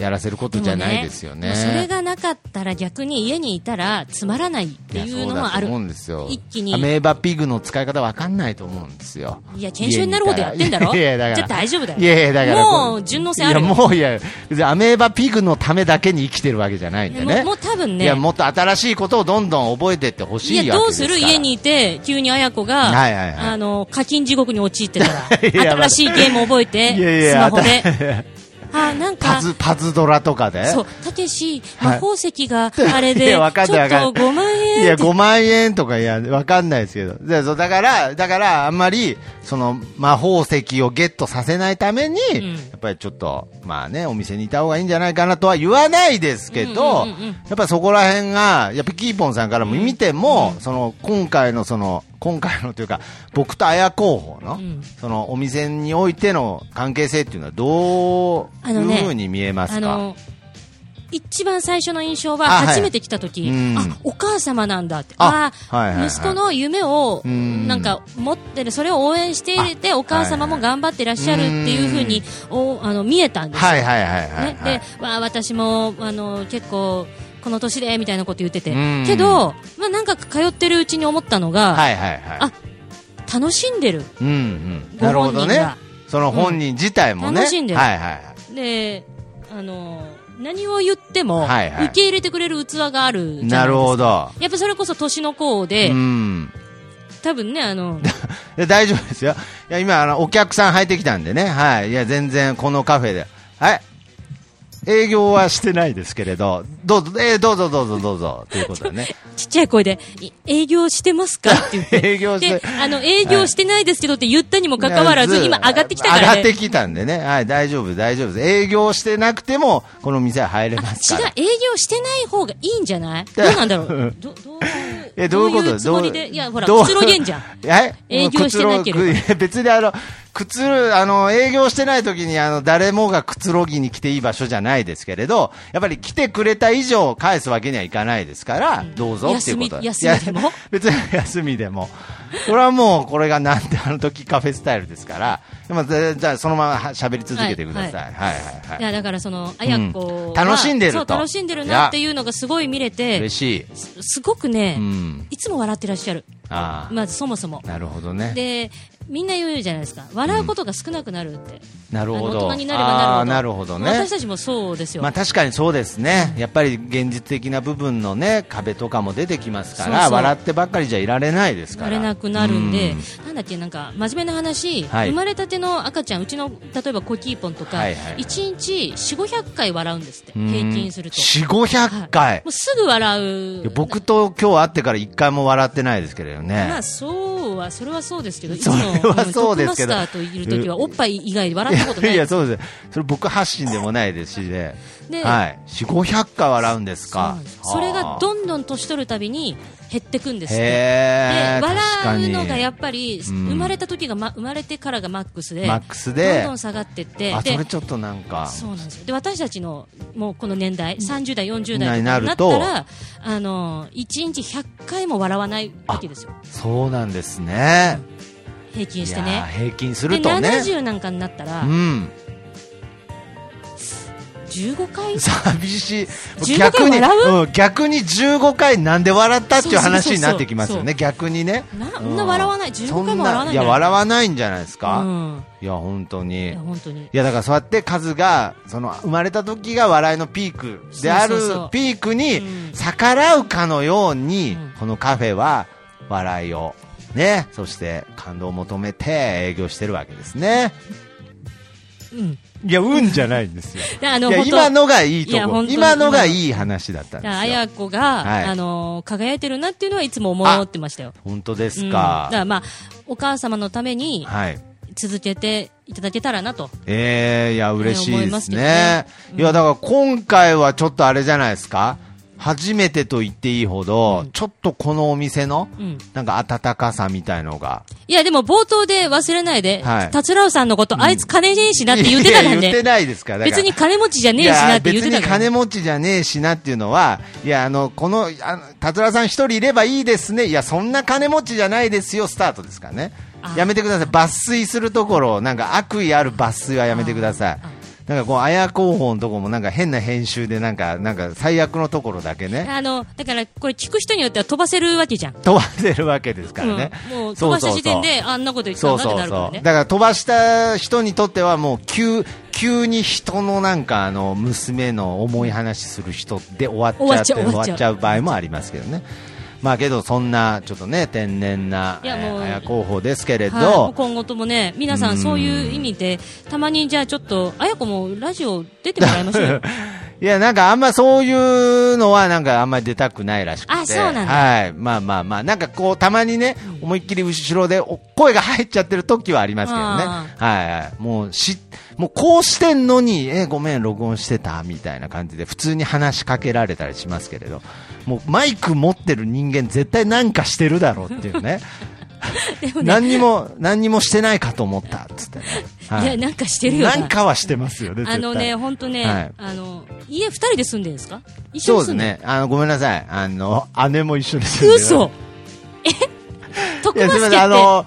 [SPEAKER 2] やらせることじゃないですよね。
[SPEAKER 3] もうそれがなかったら逆に家にいたらつまらないっていうのも
[SPEAKER 2] や
[SPEAKER 3] あ
[SPEAKER 2] そうだ
[SPEAKER 3] る
[SPEAKER 2] と思うんですよ。
[SPEAKER 3] 一気に
[SPEAKER 2] アメーバピグの使い方わかんないと思うんですよ。
[SPEAKER 3] いや研修になることやってんだろ
[SPEAKER 2] いやいやだから。
[SPEAKER 3] じゃあ大丈夫だよ
[SPEAKER 2] いやいやだから。
[SPEAKER 3] もう順応性あるよ
[SPEAKER 2] いやもういや、別にアメーバピグのためだけに生きてるわけじゃないんで
[SPEAKER 3] も
[SPEAKER 2] ね。
[SPEAKER 3] うもう多分ね
[SPEAKER 2] いや、もっと新しいことをどんどん覚えていってほしいわ
[SPEAKER 3] い
[SPEAKER 2] けです
[SPEAKER 3] や
[SPEAKER 2] から。
[SPEAKER 3] どうする家にいて急に綾子が、
[SPEAKER 2] はいはいはい
[SPEAKER 3] あの課金地獄に陥ってた
[SPEAKER 2] いや
[SPEAKER 3] ら新しいゲーム覚えて
[SPEAKER 2] いやいや
[SPEAKER 3] スマホで あなん
[SPEAKER 2] パ
[SPEAKER 3] か
[SPEAKER 2] ズ、パズドラとかで。
[SPEAKER 3] そうたけし
[SPEAKER 2] はい
[SPEAKER 3] 魔法石が あれ
[SPEAKER 2] い
[SPEAKER 3] で、
[SPEAKER 2] やわかん
[SPEAKER 3] ちょ
[SPEAKER 2] ない
[SPEAKER 3] っと5万円
[SPEAKER 2] いや、5万円とか、いや、わかんないですけど。でそうだから、だから、あんまり、その、魔法石をゲットさせないために、
[SPEAKER 3] ん
[SPEAKER 2] やっぱりちょっと、まあね、お店にいた方がいいんじゃないかなとは言わないですけど、
[SPEAKER 3] うんうんうんうん
[SPEAKER 2] やっぱそこら辺が、やっぱキーポンさんからも見ても、その、今回のその、今回のというか、僕と綾候補の、
[SPEAKER 3] ん
[SPEAKER 2] その、お店においての関係性っていうのは、どう
[SPEAKER 3] あ
[SPEAKER 2] い
[SPEAKER 3] の
[SPEAKER 2] う
[SPEAKER 3] ね
[SPEAKER 2] ふうに見えます
[SPEAKER 3] あ
[SPEAKER 2] か、
[SPEAKER 3] の一番最初の印象は
[SPEAKER 2] あはい
[SPEAKER 3] 初めて来た時、
[SPEAKER 2] うん
[SPEAKER 3] あ,、お母様なんだって
[SPEAKER 2] あ
[SPEAKER 3] あ
[SPEAKER 2] はいはいはい
[SPEAKER 3] 息子の夢を
[SPEAKER 2] うん
[SPEAKER 3] なんか持ってるそれを応援していてお母様も頑張ってらっしゃるっていうふうにおあの見えたんですよ、
[SPEAKER 2] はいはいはいはい、はい
[SPEAKER 3] ね、で、わあ、私も、あの、結構、この年で、みたいなこと言ってて
[SPEAKER 2] うん。
[SPEAKER 3] けど、まあ、なんか通ってるうちに思ったのが、
[SPEAKER 2] はいはいはい。
[SPEAKER 3] あ楽しんでる。
[SPEAKER 2] うんうん。
[SPEAKER 3] ご
[SPEAKER 2] なるほ
[SPEAKER 3] 本人が
[SPEAKER 2] どね。その本人自体もね。
[SPEAKER 3] 楽しんでる
[SPEAKER 2] はいはいはい。
[SPEAKER 3] で、あの、何を言っても、
[SPEAKER 2] はいはい
[SPEAKER 3] 受け入れてくれる器があるじゃな
[SPEAKER 2] ない
[SPEAKER 3] ですか
[SPEAKER 2] るほど。
[SPEAKER 3] やっぱそれこそ年の功で、
[SPEAKER 2] うん。
[SPEAKER 3] 多分ね、あの、
[SPEAKER 2] で大丈夫ですよ。いや、今、あの、お客さん入ってきたんでね。はい。いや、全然、このカフェで。はい。営業はしてないですけれど、どうぞ、えーどうぞどうぞどうぞ、ということでね。
[SPEAKER 3] ちっちゃい声で、い営業してますかって 言って。
[SPEAKER 2] 営業して
[SPEAKER 3] で、あの、営業してないですけどって言ったにもかかわらず、今上がってきたから
[SPEAKER 2] 上がって
[SPEAKER 3] ね。
[SPEAKER 2] きたんでね。はい、大丈夫、大丈夫です。営業してなくても、この店は入れます
[SPEAKER 3] 違
[SPEAKER 2] か
[SPEAKER 3] う
[SPEAKER 2] ら。、
[SPEAKER 3] 営業してない方がいいんじゃないどうなんだろ う。ど、どういう、
[SPEAKER 2] えどういうこと
[SPEAKER 3] つもりで、いや、ほら、
[SPEAKER 2] どう
[SPEAKER 3] くつろげんじゃん。
[SPEAKER 2] え
[SPEAKER 3] 営業してなければ
[SPEAKER 2] くつろぐ 別にあの、くつろ、あの、営業してない時に、あの、誰もがくつろぎに来ていい場所じゃないですけれど、やっぱり来てくれた以上返すわけにはいかないですから、どうぞっていうこと
[SPEAKER 3] 休み休みでも
[SPEAKER 2] いや 別に休みでも。これはもう、これがなんであの時カフェスタイルですから、まあぜじゃあそのまま喋り続けてください。は、
[SPEAKER 3] は
[SPEAKER 2] は
[SPEAKER 3] い
[SPEAKER 2] い、はい
[SPEAKER 3] いや、だからその、あや
[SPEAKER 2] う
[SPEAKER 3] こ
[SPEAKER 2] ん
[SPEAKER 3] は
[SPEAKER 2] 楽しんでると
[SPEAKER 3] そう、楽しんでるなっていうのがすごい見れて、
[SPEAKER 2] 嬉しい。
[SPEAKER 3] すすごくね
[SPEAKER 2] う、ん。
[SPEAKER 3] いつも笑ってらっしゃる。
[SPEAKER 2] ああ、
[SPEAKER 3] まずそもそも。
[SPEAKER 2] なるほどね。
[SPEAKER 3] で、みんな言うじゃないですか。笑うことが少なくなるって。
[SPEAKER 2] なるほ
[SPEAKER 3] あの
[SPEAKER 2] ど。
[SPEAKER 3] 大人になれば
[SPEAKER 2] ああ
[SPEAKER 3] な
[SPEAKER 2] な
[SPEAKER 3] る
[SPEAKER 2] る
[SPEAKER 3] ほ
[SPEAKER 2] ほ
[SPEAKER 3] ど。
[SPEAKER 2] どね。
[SPEAKER 3] 私たちもそうですよ。
[SPEAKER 2] まあ確かにそうですね、やっぱり現実的な部分のね壁とかも出てきますから、
[SPEAKER 3] そうそう
[SPEAKER 2] 笑ってばっかりじゃいられないですか
[SPEAKER 3] な
[SPEAKER 2] ら。
[SPEAKER 3] れなくなるんで
[SPEAKER 2] う、
[SPEAKER 3] なんだっけ、なんか、真面目な話、
[SPEAKER 2] はい
[SPEAKER 3] 生まれたての赤ちゃん、うちの、例えばコキーポンとか、
[SPEAKER 2] はいはいはい
[SPEAKER 3] 1日4、500回笑うんですって、
[SPEAKER 2] うん
[SPEAKER 3] 平均すると。
[SPEAKER 2] 四五百
[SPEAKER 3] はい
[SPEAKER 2] 回
[SPEAKER 3] も、うすぐ笑う。
[SPEAKER 2] いや僕と今日会ってから一回も笑ってないですけれどね。
[SPEAKER 3] まあ、そうは、それはそうですけど、いつ
[SPEAKER 2] そ
[SPEAKER 3] も、
[SPEAKER 2] れは
[SPEAKER 3] ん
[SPEAKER 2] そうですけど
[SPEAKER 3] トップマスターといるときは、おっぱい以外で笑
[SPEAKER 2] い
[SPEAKER 3] ったことな
[SPEAKER 2] や
[SPEAKER 3] い。
[SPEAKER 2] いやそうです。それ僕発信でもないですしね。
[SPEAKER 3] で
[SPEAKER 2] はい。四五百回笑うんです
[SPEAKER 3] そうな
[SPEAKER 2] か
[SPEAKER 3] んです。それがどんどん年取るたびに減ってくんですって。で
[SPEAKER 2] へえ。
[SPEAKER 3] 笑うのがや
[SPEAKER 2] っ
[SPEAKER 3] っぱり、
[SPEAKER 2] ん
[SPEAKER 3] 生まれた時が、ま、生まれてからがマックスで、
[SPEAKER 2] マックスで
[SPEAKER 3] どんどん下がってって、
[SPEAKER 2] あ
[SPEAKER 3] で
[SPEAKER 2] それちょっとなんか。
[SPEAKER 3] そうなんですよで私たちのもうこの年代、30代、40代
[SPEAKER 2] に
[SPEAKER 3] に
[SPEAKER 2] な
[SPEAKER 3] な
[SPEAKER 2] る
[SPEAKER 3] った
[SPEAKER 2] と
[SPEAKER 3] ら、あの1日100回も笑わないわけですよ、
[SPEAKER 2] そうなんですね。
[SPEAKER 3] 平均
[SPEAKER 2] い
[SPEAKER 3] して
[SPEAKER 2] や
[SPEAKER 3] ね。
[SPEAKER 2] 平均す
[SPEAKER 3] で
[SPEAKER 2] るとね。
[SPEAKER 3] 70なんかになったら
[SPEAKER 2] う、ん。
[SPEAKER 3] 15回
[SPEAKER 2] 寂しい
[SPEAKER 3] 15
[SPEAKER 2] 逆に
[SPEAKER 3] 回笑
[SPEAKER 2] うん、逆に15回なんで笑ったっていう話になってきますよね
[SPEAKER 3] そう
[SPEAKER 2] 逆にね
[SPEAKER 3] な
[SPEAKER 2] うん
[SPEAKER 3] そんな笑わない、15回も笑わない
[SPEAKER 2] そんいや笑わないんじゃないですか、
[SPEAKER 3] うん
[SPEAKER 2] いや本当に
[SPEAKER 3] いや本当に
[SPEAKER 2] いやだからそうやって数がその生まれた時が笑いのピークである
[SPEAKER 3] そうそうそう
[SPEAKER 2] ピークに
[SPEAKER 3] うん
[SPEAKER 2] 逆らうかのように、
[SPEAKER 3] うん
[SPEAKER 2] このカフェは笑いをねそして感動を求めて営業してるわけですね
[SPEAKER 3] うん
[SPEAKER 2] いや運じゃないんですよ
[SPEAKER 3] であ
[SPEAKER 2] いや
[SPEAKER 3] 本当
[SPEAKER 2] 今のがいいと
[SPEAKER 3] いや
[SPEAKER 2] こ
[SPEAKER 3] 本当に
[SPEAKER 2] 今のがいい話だったん
[SPEAKER 3] だ
[SPEAKER 2] で
[SPEAKER 3] か
[SPEAKER 2] すよ
[SPEAKER 3] らあやこが、
[SPEAKER 2] はい
[SPEAKER 3] あの輝いてるなっていうのはいつも思ってましたよ。
[SPEAKER 2] 本当で
[SPEAKER 3] う
[SPEAKER 2] す
[SPEAKER 3] んだか
[SPEAKER 2] か。
[SPEAKER 3] らまあお母様のために
[SPEAKER 2] はい。
[SPEAKER 3] 続けていただけたらなと。
[SPEAKER 2] ええいや、嬉しい
[SPEAKER 3] 思い
[SPEAKER 2] で
[SPEAKER 3] ますすけど
[SPEAKER 2] ね
[SPEAKER 3] ね。
[SPEAKER 2] いや、だから今回はちょっとあれじゃないですか。初めてと言っていいほど、ちょっとこのお店の、
[SPEAKER 3] うん
[SPEAKER 2] なんか温かさみたいのが。
[SPEAKER 3] いや、でも冒頭で忘れないで、
[SPEAKER 2] はい
[SPEAKER 3] 達郎さんのこと、あいつ金ねえしなって言ってたか
[SPEAKER 2] い
[SPEAKER 3] ら
[SPEAKER 2] や言って
[SPEAKER 3] ね。
[SPEAKER 2] ないですから。だから
[SPEAKER 3] 別に金持ちじゃねえしなって言って
[SPEAKER 2] いや
[SPEAKER 3] た
[SPEAKER 2] 別に
[SPEAKER 3] から
[SPEAKER 2] 金
[SPEAKER 3] ね。
[SPEAKER 2] 持ちじゃねえしなっていうのは、いや、あの、この、あの、達郎さん一人いればいいですね。いや、そんな金持ちじゃないですよ、スタートですからね
[SPEAKER 3] あ。ー
[SPEAKER 2] やめてください。抜粋するところを、なんか悪意ある抜粋はやめてください
[SPEAKER 3] あーあ。
[SPEAKER 2] なんかこう、綾候補のとこもなんか変な編集で、なんか、なんか最悪のところだけ ね、
[SPEAKER 3] あの、だから、これ聞く人によっては飛ばせるわけじゃん。
[SPEAKER 2] 飛ばせるわけですからね。
[SPEAKER 3] うん、もう飛ばした時点
[SPEAKER 2] そうそうそう
[SPEAKER 3] で、あんなこと言ってた
[SPEAKER 2] そ
[SPEAKER 3] ん
[SPEAKER 2] う
[SPEAKER 3] だって
[SPEAKER 2] そう
[SPEAKER 3] なるから
[SPEAKER 2] そう。
[SPEAKER 3] ね
[SPEAKER 2] だ。から飛ばした人にとってはもう急、急に人のなんかあの、娘の重い話する人で終わっちゃって、
[SPEAKER 3] 終わっち
[SPEAKER 2] 終
[SPEAKER 3] ゃう
[SPEAKER 2] わっちゃう場合もありますけどね。まあけどそんな、ちょっとね、天然な、
[SPEAKER 3] いやもう
[SPEAKER 2] えー綾候補ですけれど、
[SPEAKER 3] はい、もう今後ともね、皆さんそういう意味で、たまにじゃあちょっと、あやこもラジオ出てもらいましょうよ。
[SPEAKER 2] いや、なんかあんまそういうのはなんかあんまり出たくないらしくて。
[SPEAKER 3] あそうなんだ
[SPEAKER 2] はい。まあまあまあ、なんかこうたまにね、思いっきり後ろでお声が入っちゃってる時はありますけどね。
[SPEAKER 3] あ
[SPEAKER 2] はいはい。もうし、もうこうしてんのに、え、ごめん、録音してたみたいな感じで普通に話しかけられたりしますけれど、もうマイク持ってる人間絶対なんかしてるだろうっていう ね。何にも、何にもしてないかと思った、つってね。 はい
[SPEAKER 3] や、なんかしてるよな。
[SPEAKER 2] なんかはしてますよね、絶対
[SPEAKER 3] あのね、ほんとね、
[SPEAKER 2] はい
[SPEAKER 3] あの、家二人で住んでるんですか一緒
[SPEAKER 2] そう
[SPEAKER 3] に
[SPEAKER 2] で
[SPEAKER 3] 住
[SPEAKER 2] すね。
[SPEAKER 3] んでる
[SPEAKER 2] あの、ごめんなさい。あの、姉も一緒に住んでる。
[SPEAKER 3] 嘘え
[SPEAKER 2] い
[SPEAKER 3] 徳
[SPEAKER 2] や、
[SPEAKER 3] 之
[SPEAKER 2] すみませ
[SPEAKER 3] 助って
[SPEAKER 2] ん。あの、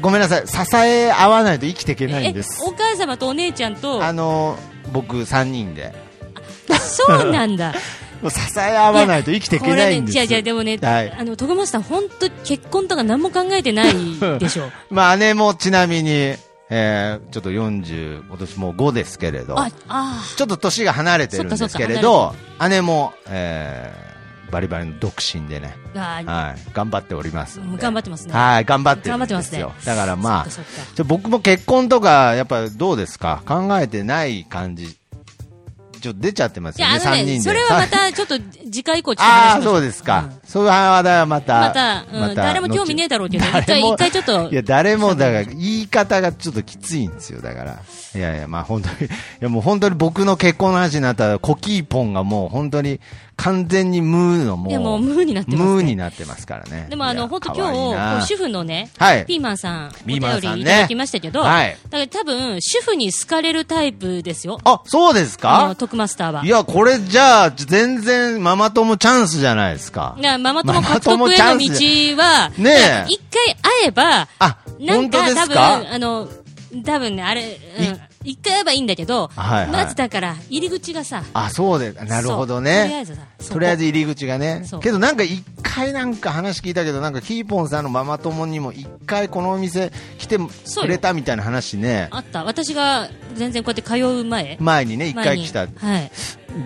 [SPEAKER 2] ごめんなさい。支え合わないと生きていけないん
[SPEAKER 3] え
[SPEAKER 2] です。
[SPEAKER 3] お母様とお姉ちゃんと
[SPEAKER 2] あの、僕三人で。
[SPEAKER 3] そうなんだ
[SPEAKER 2] もう支え合わないと生きていけない んです。
[SPEAKER 3] これね違う違うでもね、
[SPEAKER 2] はい。
[SPEAKER 3] あの 徳松さん本当結婚とか何も考えてないでしょ
[SPEAKER 2] まあ、姉もちなみに、ええーちょっと40、今年もう5ですけれど、
[SPEAKER 3] あ、あ
[SPEAKER 2] ちょっと年が離れてるんですけれ
[SPEAKER 3] そっ
[SPEAKER 2] ど、姉も、えーバリバリの独身でね、
[SPEAKER 3] ーあー、
[SPEAKER 2] はい、頑張っておりますんで。
[SPEAKER 3] 頑張ってますね
[SPEAKER 2] はい、頑張ってるん
[SPEAKER 3] 頑張
[SPEAKER 2] で
[SPEAKER 3] って
[SPEAKER 2] す
[SPEAKER 3] ま
[SPEAKER 2] よ。
[SPEAKER 3] す
[SPEAKER 2] だ
[SPEAKER 3] ね
[SPEAKER 2] からまあ、
[SPEAKER 3] そっかそっか
[SPEAKER 2] じゃあ僕も結婚とか、やっぱどうですか考えてない感じ、ちょっと出ちゃってます
[SPEAKER 3] い
[SPEAKER 2] よ
[SPEAKER 3] や、
[SPEAKER 2] ね、
[SPEAKER 3] あ
[SPEAKER 2] 3
[SPEAKER 3] の
[SPEAKER 2] 人
[SPEAKER 3] ね、
[SPEAKER 2] で。
[SPEAKER 3] それはまた、ちょっと、次回以降、ちょっと話
[SPEAKER 2] あ
[SPEAKER 3] しま
[SPEAKER 2] あ、
[SPEAKER 3] しょ
[SPEAKER 2] そうですか。
[SPEAKER 3] ん
[SPEAKER 2] そういう話題はまた。
[SPEAKER 3] また、うん、誰も興味ねえだろうけど、一回、
[SPEAKER 2] 誰も
[SPEAKER 3] 一回ちょっと
[SPEAKER 2] い、や、誰も、だから、言い方がちょっときついんですよ、だから。いやいや、まあ本当に、いやもう本当に僕の結婚の話になったら、コキーポンがもう本当に完全にムーのもう、
[SPEAKER 3] いやもうムーになってますね
[SPEAKER 2] ムーになってますからね。
[SPEAKER 3] でもあ
[SPEAKER 2] いや
[SPEAKER 3] の、本当
[SPEAKER 2] 可
[SPEAKER 3] 今
[SPEAKER 2] 愛いな
[SPEAKER 3] 日、こう主婦のね、
[SPEAKER 2] はい
[SPEAKER 3] ピーマンさん、お
[SPEAKER 2] ピ
[SPEAKER 3] 便
[SPEAKER 2] ーマンさん
[SPEAKER 3] り
[SPEAKER 2] ね
[SPEAKER 3] いただきましたけど、
[SPEAKER 2] はい
[SPEAKER 3] だから多分、主婦に好かれるタイプですよ。
[SPEAKER 2] あ、そうです
[SPEAKER 3] あの、
[SPEAKER 2] か。
[SPEAKER 3] 徳マスターはい
[SPEAKER 2] や、これじゃあ、全然、ママ友チャンスじゃないですか。
[SPEAKER 3] なママ友獲得へ
[SPEAKER 2] ママ友
[SPEAKER 3] の
[SPEAKER 2] チ
[SPEAKER 3] 道
[SPEAKER 2] ャンス
[SPEAKER 3] は、
[SPEAKER 2] ねえ
[SPEAKER 3] 一回会えば、
[SPEAKER 2] あ、
[SPEAKER 3] なん
[SPEAKER 2] 本当
[SPEAKER 3] か
[SPEAKER 2] です
[SPEAKER 3] 多分、
[SPEAKER 2] か
[SPEAKER 3] あの、多分ね、あれ、うん
[SPEAKER 2] い
[SPEAKER 3] 一回会えばいいんだけど、
[SPEAKER 2] はいはい
[SPEAKER 3] まずだから、入り口がさ、
[SPEAKER 2] あ、そうです。なるほど
[SPEAKER 3] そう
[SPEAKER 2] ね。
[SPEAKER 3] とりあえずさそこと
[SPEAKER 2] りあえず入り口がね
[SPEAKER 3] そう。
[SPEAKER 2] けどなんか一回なんか話聞いたけど、なんかキーポンさんのママ友にも一回このお店来てくれたみたいな話ね。
[SPEAKER 3] あった。私が全然こうやって通う前。
[SPEAKER 2] 前にね、一
[SPEAKER 3] 前
[SPEAKER 2] 回
[SPEAKER 3] に
[SPEAKER 2] 来た。
[SPEAKER 3] はい。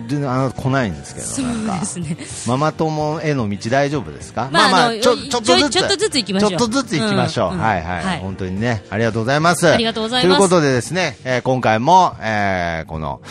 [SPEAKER 2] で、あの、来ないんですけ
[SPEAKER 3] そ
[SPEAKER 2] ど、なん
[SPEAKER 3] う
[SPEAKER 2] か
[SPEAKER 3] で。すね。
[SPEAKER 2] ママ友への道大丈夫ですか
[SPEAKER 3] まああの
[SPEAKER 2] ちょ、
[SPEAKER 3] い
[SPEAKER 2] ちょっとずつ。
[SPEAKER 3] ちょいちょっとずつ行きましょう
[SPEAKER 2] ちょっとずつ行きましょう。
[SPEAKER 3] うんうん
[SPEAKER 2] はいはい、
[SPEAKER 3] はい
[SPEAKER 2] 本当にね、ありがとうございます。
[SPEAKER 3] ありがとうございます
[SPEAKER 2] ということでですね、えー今回も、えーこの、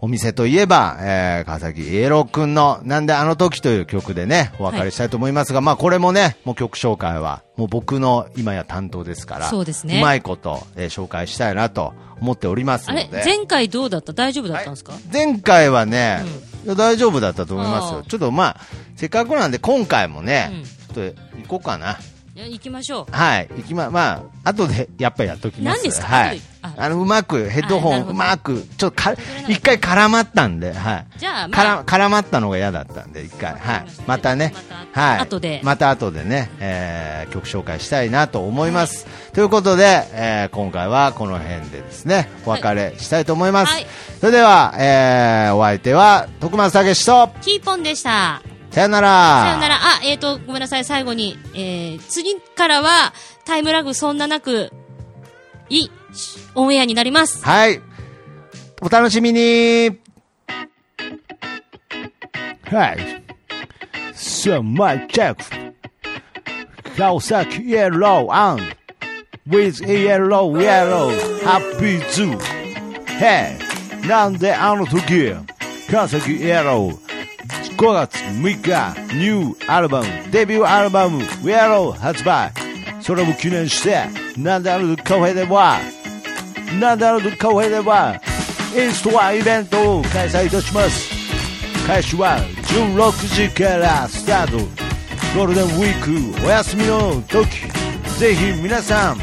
[SPEAKER 2] お店といえば、えー川崎イエローくんの、なんであの時という曲でね、お別れしたいと思いますが、まあこれもね、もう曲紹介は、もう僕の今や担当ですから、
[SPEAKER 3] そうですね
[SPEAKER 2] うまいこと、えー紹介したいなと思っております
[SPEAKER 3] あ
[SPEAKER 2] ので。
[SPEAKER 3] れ、前回どうだった大丈夫だったんですか、
[SPEAKER 2] 前回はね、いや大丈夫だったと思います
[SPEAKER 3] あ
[SPEAKER 2] よ。
[SPEAKER 3] ー
[SPEAKER 2] ちょっとまあ、せっかくなんで今回もね、
[SPEAKER 3] うん
[SPEAKER 2] ちょっと行こうかな。
[SPEAKER 3] いや行きましょう。
[SPEAKER 2] はい。行きま、まあ、後で やっぱやっときます。
[SPEAKER 3] 何ですか
[SPEAKER 2] はい
[SPEAKER 3] 後で。あ
[SPEAKER 2] あの、うまく、ヘッドホ
[SPEAKER 3] あな
[SPEAKER 2] ン、
[SPEAKER 3] るほど
[SPEAKER 2] うまく、ちょっとか
[SPEAKER 3] れなか、った
[SPEAKER 2] 一回絡まったんで、はい。
[SPEAKER 3] じゃあ、まあ、
[SPEAKER 2] から絡まったのが嫌だったんで、一回、はい、ま
[SPEAKER 3] わか
[SPEAKER 2] た
[SPEAKER 3] りま
[SPEAKER 2] ね
[SPEAKER 3] した、
[SPEAKER 2] はい、
[SPEAKER 3] 後で
[SPEAKER 2] また後でね、えー曲紹介したいなと思います。ということで、えー今回はこの辺でですね、お別れしたいと思います。
[SPEAKER 3] はい
[SPEAKER 2] それでは、えーお相手は、徳松武史と、
[SPEAKER 3] キーポンでした。
[SPEAKER 2] さよな
[SPEAKER 3] さ
[SPEAKER 2] ら。
[SPEAKER 3] よなら。あ、えっ、と、ごめんなさい。最後に、えー、次からは、タイムラグそんななく、い、しオンエアになります。
[SPEAKER 2] はい。お楽しみに。
[SPEAKER 1] Hey, so my check. Kawasaki yellow and with yellow yellow happy zoo. Hey, なんであの時川崎イエロー5月6日ニューアルバムデビューアルバム「イエロー」発売それを記念してなんであの時カフェではなんであの時カフェではインストアイベントを開催いたします開始は16時からスタートゴールデンウィークお休みの時ぜひ皆さん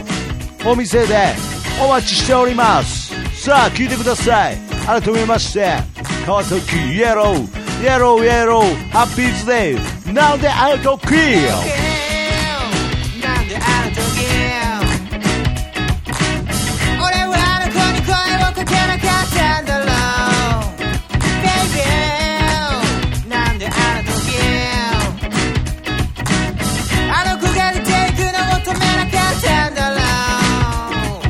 [SPEAKER 1] お店でお待ちしておりますさあ聞いてください改めまして川崎イエローイエローイエローハッピーズデイなんでアウトクリア
[SPEAKER 4] なんであの時俺はあの子に声をかけなかったんだろう Baby なんであの時あの子が出ていくのを止めなかったんだろう「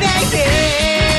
[SPEAKER 4] ベイビー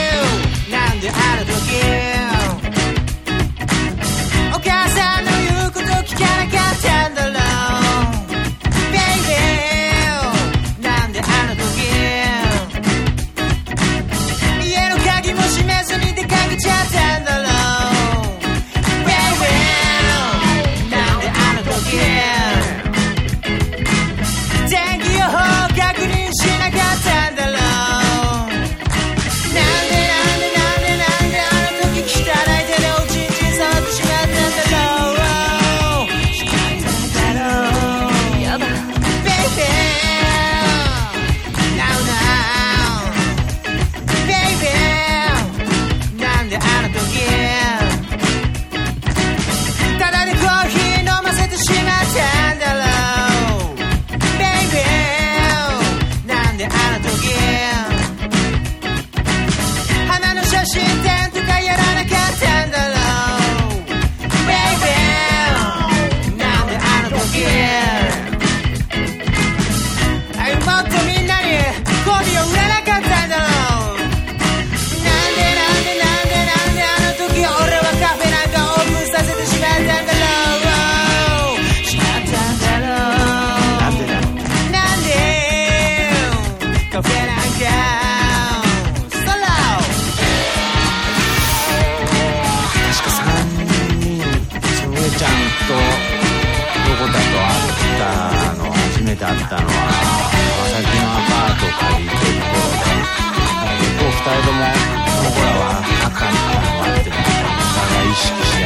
[SPEAKER 2] めて会ったのは川崎のアパートを借りてる頃で結構二人ともこの子らは仲のいいのもあってお互い意識して